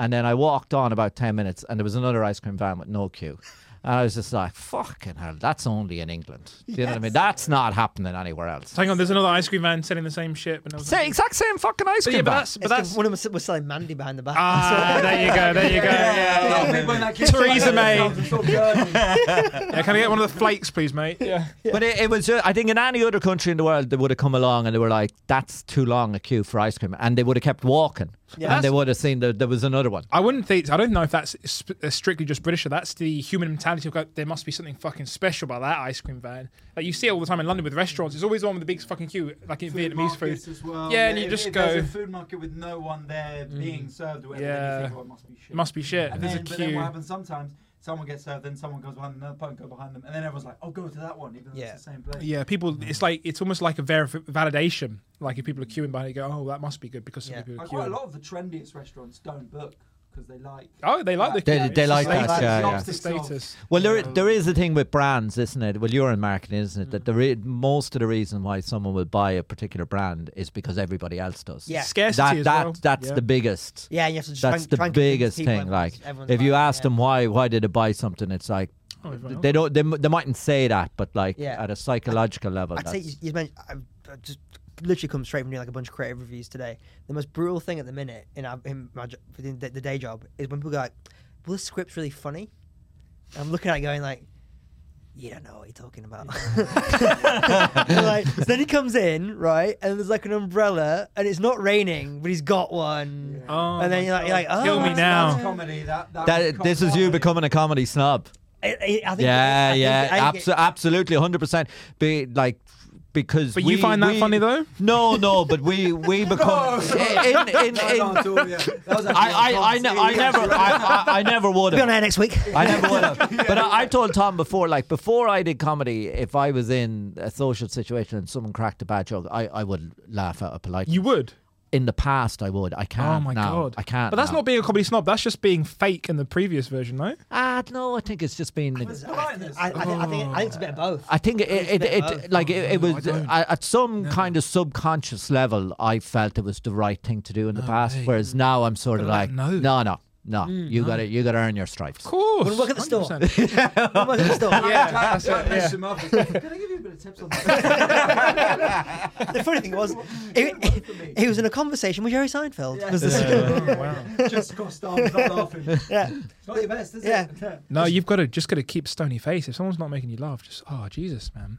D: And then I walked on about 10 minutes and there was another ice cream van with no queue. And I was just like, fucking hell, that's only in England. Do you know what I mean? That's not happening anywhere else.
C: Hang on, there's another ice cream man selling the same shit. But I was
D: Say exact same fucking ice
C: but
D: cream
C: yeah, but
D: van.
C: that's but
B: It's 'cause
C: that's.
B: one of us was selling Mandy behind the back.
C: Ah, there you go, there you go.
E: A lot
C: Yeah,
E: of
C: yeah.
E: people in that queue-
C: Theresa May.
E: Sort of
C: [laughs]
E: yearning.
C: Yeah, Can I get one of the flakes, please, mate? Yeah.
D: But it, it was, uh, I think, in any other country in the world, they would have come along and they were like, that's too long a queue for ice cream. And they would have kept walking.
B: Yeah.
D: and they would have seen that there was another one.
C: I wouldn't think. I don't know if that's sp- uh, strictly just British. Or that's the human mentality of like, there must be something fucking special about that ice cream van. Like you see it all the time in London with restaurants. It's always the one with the big fucking queue, like in
E: Food
C: Vietnamese food.
E: markets as well.
C: Yeah, and you
E: if-
C: just
E: if There's
C: go- Mm.
E: a food market with no one there being served. Or whatever,
C: Yeah.
E: then you think, oh, it must be shit.
C: It must be shit.
E: And
C: There's
E: then,
C: a
E: but then
C: queue.
E: what happens sometimes? Someone gets served, then someone goes behind them, another punk go behind them, and then everyone's like, "Oh, go to that one," even though
B: Yeah.
E: it's the same place.
C: Yeah, people. It's like it's almost like a verif- validation. Like if people are queuing behind, it, go, oh, that must be good because some
B: Yeah.
C: people are
E: Like, quite a
C: queuing.
E: lot of the trendiest restaurants don't book because they like.
C: Oh, they like the
D: They-
C: queue.
D: they
C: It's
D: like
C: just
D: that, yeah, yeah.
C: It's the status.
D: Well, there, there is a thing with brands, isn't it? Well, you're in marketing, isn't it? That the re- most of the reason why someone would buy a particular brand is because everybody else does.
B: Yeah.
C: Scarcity
D: that,
C: as
D: that
C: well.
D: that's
C: Yeah.
D: the biggest.
B: yeah, and you have to just try
D: That's
B: and-
D: the
B: try and convince
D: biggest
B: people
D: thing.
B: and
D: Like,
B: everyone's
D: if you
B: like,
D: ask
B: yeah.
D: them why why did they buy something, it's like
C: Oh, everyone
D: they don't they, m- they mightn't say that, but like
B: Yeah.
D: at a psychological level,
B: I'd say
D: that's,
B: you, you mentioned, I, I just literally come straight from doing like a bunch of creative reviews today. The most brutal thing at the minute in, our, in my jo- within the, the day job is when people go like, "Well, this script's really funny." And I'm looking at it going like, "You don't know what you're talking about." [laughs] like, so then he comes in right, and there's like an umbrella, and it's not raining, but he's got one.
C: Oh
B: and then
C: my
B: you're like, you're like, oh,
C: Kill me
B: that's-
C: now.
E: That's comedy. That, that,
D: that. This is you becoming a comedy snob.
B: I, I- I think
D: yeah,
B: I think-
D: yeah,
B: I think it-
D: abso- absolutely, hundred percent. Be like because
C: But
D: we,
C: you find that
D: we-
C: funny, though?
D: No, no, but we
C: [laughs]
D: we become in in,
E: I,
D: in, [laughs] I, I, I, ne- I never I, I, I never would
B: I'll be on
D: have.
B: air next week.
D: I never would
C: [laughs]
D: have. But I, I told Tom before, like before I did comedy, if I was in a social situation and someone cracked a bad joke, I, I would laugh out of polite.
C: You would.
D: in the past, I would. I can't.
C: Oh my
D: now.
C: god.
D: I can't.
C: But that's
D: now.
C: not being a comedy snob. That's just being fake in the previous version, though.
D: Ah, no. I think it's just been.
B: I, I, think, I, think, I think it's a bit of
D: [laughs]
B: both.
D: I think it, it,
B: bit
D: it,
B: both.
D: like it, it
C: No,
D: was
C: I don't.
D: I, at some kind of subconscious level. I felt it was the right thing to do in the past,
C: way.
D: whereas now I'm sort of
C: Oh, But I
D: like,
C: don't
D: no,
C: know. Hmm,
D: no, no, you got to you got to earn your stripes.
C: Of course.
B: Well, look at the store.
C: 100%.
B: I'm not gonna stop.
C: Yeah,
E: Jack,
C: that's
E: Jack
C: it,
E: messed him up. He's
D: [laughs]
E: like, Can I give you a bit of tips on that?
B: The funny thing was, it,
E: It worked for me.
B: he was in a conversation with Jerry Seinfeld.
E: Yeah.
B: Was this, yeah.
C: Oh, wow.
E: Just crossed arms, not laughing. It's
B: yeah.
E: not your best, is
B: Yeah.
E: it?
C: No, you've got to just got to keep stony face. If someone's not making you laugh, just oh Jesus, man.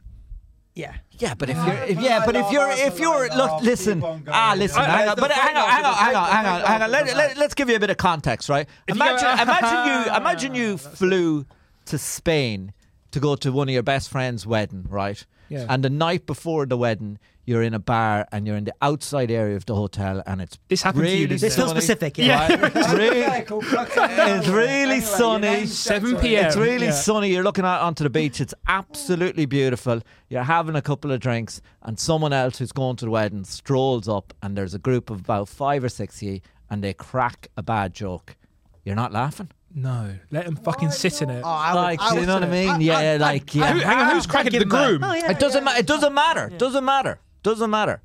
D: Yeah, but if
E: Ah,
D: you're if,
E: but
D: yeah,
E: I
D: but if
E: love
D: you're
E: us,
D: if
E: I
D: you're
E: love
D: look
E: us,
D: listen
E: keep on going.
D: ah listen
E: I-
D: hang
E: I-
D: on
E: the
D: but
E: fake
D: hang on
E: laugh
D: hang
E: is
D: on
E: a
D: hang
E: fake-
D: on
E: the
D: hang
E: fake
D: on
E: laugh
D: hang on
E: is
D: let,
E: a
D: let,
E: fake
D: let's give you a bit of context right
C: you go,
D: imagine
C: [laughs] "Ah, ha,
D: imagine you
C: ha,"
D: imagine you flew to Spain to go to one of your best friend's wedding right
C: Yeah.
D: and the night before the wedding you're in a bar and you're in the outside area of the hotel and it's
C: This happened to you,
D: really
C: didn't it?
B: This feels
D: sunny,
B: specific. Yeah.
C: [laughs] Yeah.
D: right? It's really-
E: It's
D: really sunny.
C: 7 p.m..
D: It's really
C: Yeah.
D: sunny. You're looking out onto the beach. It's absolutely beautiful. You're having a couple of drinks, and someone else who's going to the wedding strolls up, and there's a group of about five or six of you, and they crack a bad joke. You're not laughing.
C: No, let them fucking sit in it.
B: Oh, I would-
D: like,
B: I
D: you
B: would
D: know what I
B: do it.
D: mean? yeah, like, yeah.
C: Who- hang on, who's cracking
B: give
C: the
B: him that.
C: groom?
B: Oh, yeah.
D: it doesn't. ma- it doesn't matter. Doesn't matter. Doesn't matter.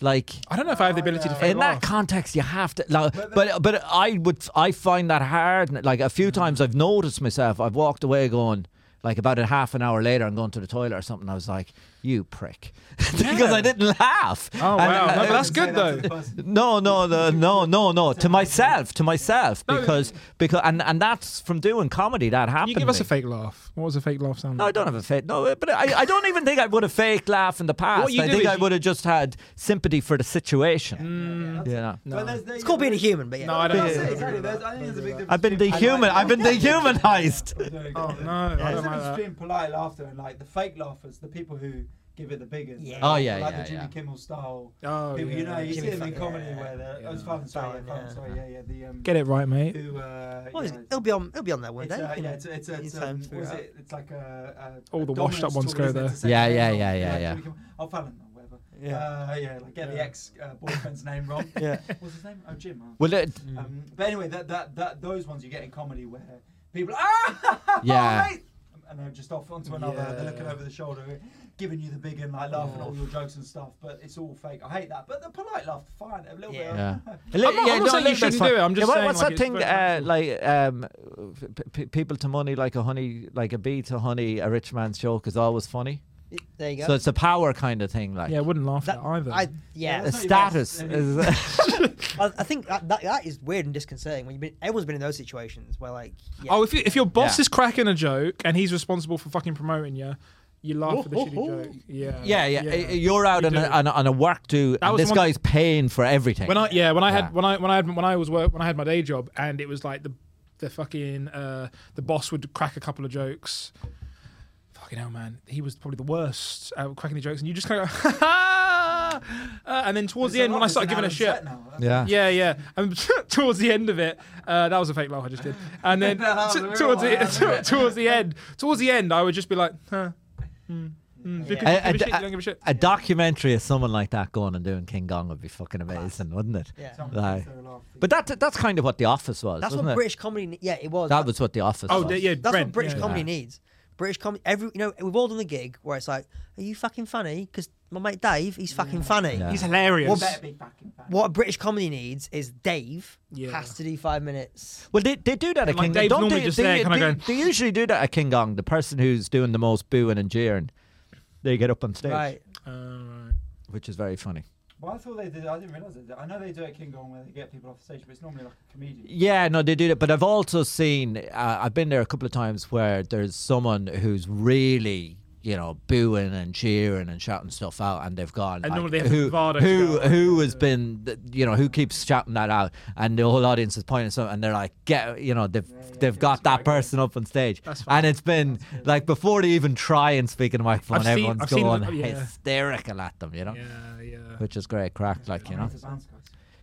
D: Like.
C: I don't know if I have the ability to fake
D: In that
C: laugh.
D: context, you have to. Like, but but I would I find that hard. Like a
C: Mm-hmm.
D: few times, I've noticed myself. I've walked away going like about a half an hour later. I'm going to the toilet or something. I was like, "You prick," [laughs] because I didn't laugh.
C: oh
D: And,
C: wow,
D: uh,
C: no, but that's good though.
D: no, no, no, no, no, no. To myself, to myself, because because and and that's from doing comedy that happened.
C: Can you give us
D: to
C: a
D: me.
C: fake laugh? What was a fake laugh sound?
D: No, I
C: like?
D: don't have a fake. No, but I, I don't even think I would have fake laugh in the past.
C: you
D: I
C: do
D: think
C: is
D: I
C: you-
D: would have just had sympathy for the situation.
C: Mm.
D: Yeah.
B: It's called being a human, but yeah.
C: No, I
E: I
C: don't.
E: think
C: Know.
E: there's a big difference.
D: I've been
E: between-
D: dehuman. I've been dehumanized.
E: There you go.
C: Oh no, I
E: There's a
C: don't
E: difference [laughs]
C: like that.
E: between polite laughter and like the fake laughers, the people who give it the biggers.
B: Yeah.
E: like-
D: Oh, yeah,
E: like
D: yeah,
E: the Jimmy
D: yeah.
E: Kimmel style.
C: Oh,
E: people,
C: yeah.
E: you know, you
B: Jimmy
E: see them in
B: Fallon,
E: comedy
B: yeah,
E: where they're.
C: yeah.
E: Oh, it's Fallon, sorry,
B: Fallon,
E: Fallon,
B: yeah.
E: sorry, yeah, yeah. The um,
C: Get it right, mate.
E: Who, uh,
B: Well,
E: you
B: it's-
E: know,
B: it'll be on. It'll be on there one
E: it's,
B: day.
E: uh,
B: you
E: yeah,
B: know,
E: it's, it's,
B: in
E: it's,
B: time
E: um,
B: to
E: what is
B: figure
E: it? It's like a, a
C: All
E: a
C: the washed up
E: dominance
C: ones
E: tool,
C: go
E: isn't it,
C: there.
E: to say,
D: Yeah,
E: "Hey,
D: yeah,
E: oh,
D: yeah, yeah, yeah.
E: Jimmy Kimmel- Oh, Fallon, or whatever.
B: Yeah.
E: Uh, yeah, like get the
C: Yeah.
E: ex uh, boyfriend's name wrong.
B: Yeah.
E: What's his name? Oh, Jim. oh.
D: Well, it,
E: Um, but anyway, that, that that those ones you get in comedy where people are, ah, [laughs]
D: Yeah.
E: mate!" and they're just off onto another. They're looking
C: Yeah.
E: over the shoulder, giving you the big and like laughing at all your jokes and stuff. But it's all fake. I hate that. But the polite laughter, fine, a little bit.
D: Yeah.
E: Of,
C: not- I'm not saying you
D: that's
C: shouldn't
D: fine.
C: do it, I'm just
D: what-
C: saying,
D: what's
C: like,
D: that
C: it's
D: thing?
C: very
D: Uh, like um, p- p- people to money, like a honey, like a bee to honey. A rich man's joke is always funny.
B: It- there you go.
D: So it's a power kind of thing. Like
C: Yeah, I wouldn't laugh
B: that,
C: at that either.
B: I, yeah,
D: a
E: that's not your
D: status.
E: best.
B: [laughs]
D: Is, [laughs]
B: I, I think that, that that is weird and disconcerting. When you've been, everyone's been in those situations where like, yeah,
C: Oh, if, you, if your boss
D: Yeah.
C: is cracking a joke and he's responsible for fucking promoting you, you laugh at the shitty joke. Yeah.
D: yeah, yeah, uh, You're out
C: You
D: on a,
C: do.
D: on, a, on a work do.
C: That
D: and
C: was
D: this
C: the one-
D: guy's paying for everything.
C: When I yeah, when I
D: Yeah.
C: had when I when I had when I was work when I had my day job and it was like the the fucking uh the boss would crack a couple of jokes. Fucking hell, man! He was probably the worst at cracking the jokes, and you just kind of go, [laughs] ha ha! Uh, and then towards the end, when I started giving a shit,
D: yeah.
C: yeah, yeah, and [laughs] towards the end of it, uh, that was a fake laugh I just did, and then
E: That was
C: t-
E: a real
C: towards
E: one,
C: [laughs] the
E: wasn't
C: towards the end, towards the end, I would just be like, huh, hmm, hmm,
B: Yeah.
C: give
D: A,
C: a
D: a-
C: shit, you
D: a-
C: don't give a shit.
D: a documentary of someone like that going and doing King Kong would be fucking amazing, wouldn't it?
B: yeah.
D: Like- But that that's kind of what The Office was,
B: That's what
D: wasn't it?
B: British comedy. ne- Yeah, it was.
D: that was what The Office
C: Oh,
D: was.
C: yeah,
B: That's
C: Brent,
B: what British
C: yeah.
B: comedy needs. British comedy. Every you know, we've all done the gig where it's like, "Are you fucking funny?" Because my mate Dave, he's fucking funny.
D: Yeah.
C: He's hilarious.
B: Well,
E: better be fucking back.
B: What a British comedy needs is Dave
C: Yeah.
B: has to do five minutes.
D: Well, they, they do that at
C: like
D: King
C: Dave's
D: Don't
C: normally
D: they,
C: just
D: they,
C: there, kinda
D: they-
C: going-
D: they usually do that at King Kong. The person who's doing the most booing and jeering, they get up on stage,
B: Right.
C: Uh,
D: which is very funny.
E: Well, I thought they did. I didn't realize they did. I know they do it at King Kong where they get people off the stage, but it's normally like a comedian.
D: Yeah, no, they do that. But I've also seen, uh, I've been there a couple of times where there's someone who's really, you know, booing and cheering and shouting stuff out, and they've gone.
C: And
D: like,
C: normally they have
D: who,
C: the VAR to
D: who,
C: shout out.
D: who has been, th- you know, who keeps shouting that out, and the whole audience is pointing something, and they're like, get, you know, they've
E: yeah,
D: they've
E: yeah, that's
D: got that
E: right, yeah.
D: person up on stage,
C: That's fine.
D: and it's been like before they even try and speak in the microphone,
C: seen- I've
D: everyone's
C: seen
D: going
C: them, yeah.
D: hysterical at them, you know,
C: yeah, yeah.
D: which is great crack, like you know.
E: It's a bounce, guys.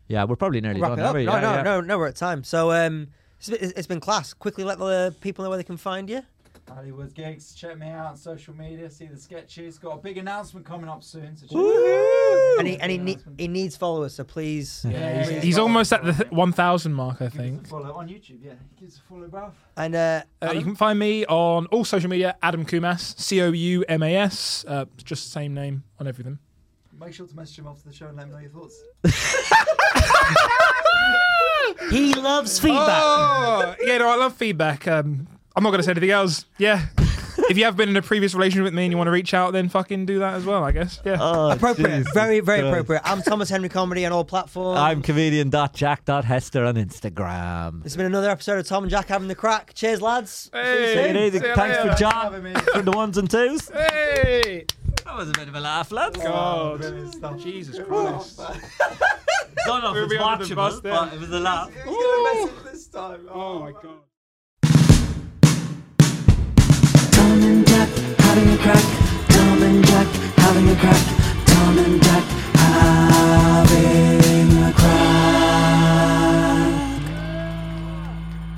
D: Yeah, we're probably nearly
B: Wrap
D: done.
B: it up.
D: aren't we?
B: no,
D: Yeah,
B: no,
D: yeah.
B: no, no, we're at time. So um, it's been, it's been class. Quickly let the uh, people know where they can find you.
E: Hollywood gigs. Check me out on social media. See the sketches. Got a big announcement coming up soon. So check
B: And he, and he, ne- he needs followers, so please.
E: Yeah,
C: He's,
E: he's-
C: he's almost at the th- 1,000 mark, I
E: Give
C: think.
E: us a follow on YouTube. Yeah, give us a follow, bruv.
B: And uh,
C: Uh, you
B: Adam?
C: can find me on all social media, Adam Kumas, C O U M A S, uh, just the same name on everything.
E: Make sure to message him after the show and let him know your thoughts.
B: he loves feedback.
C: Oh, yeah, no, I love feedback. Um, I'm not going to say anything else. Yeah. if you have been in a previous relationship with me and you want to reach out, then fucking do that as well, I guess. Yeah.
D: Oh,
B: appropriate,
D: Jesus
B: very, very
D: Christ.
B: appropriate. I'm Thomas Henry Comedy on all platforms.
D: I'm comedian.jack.hester on [laughs] Instagram.
B: It's been another episode of Tom and Jack having the crack. Cheers, lads.
C: Hey,
D: Take it easy.
C: see you
D: Thanks for
C: later.
D: John
C: [laughs]
D: for the ones and twos.
C: Hey!
D: That was a bit of a laugh, lads.
C: God.
E: Brilliant stuff.
C: Oh, Jesus Christ.
D: Don't know
C: We'll
D: if
C: be
D: it's
C: under the bus
D: watchable,
C: then.
D: but it was a laugh.
E: He's gonna message [laughs] this time.
C: Oh, my God.
A: Tom and Jack having a crack. Tom and Jack having a crack.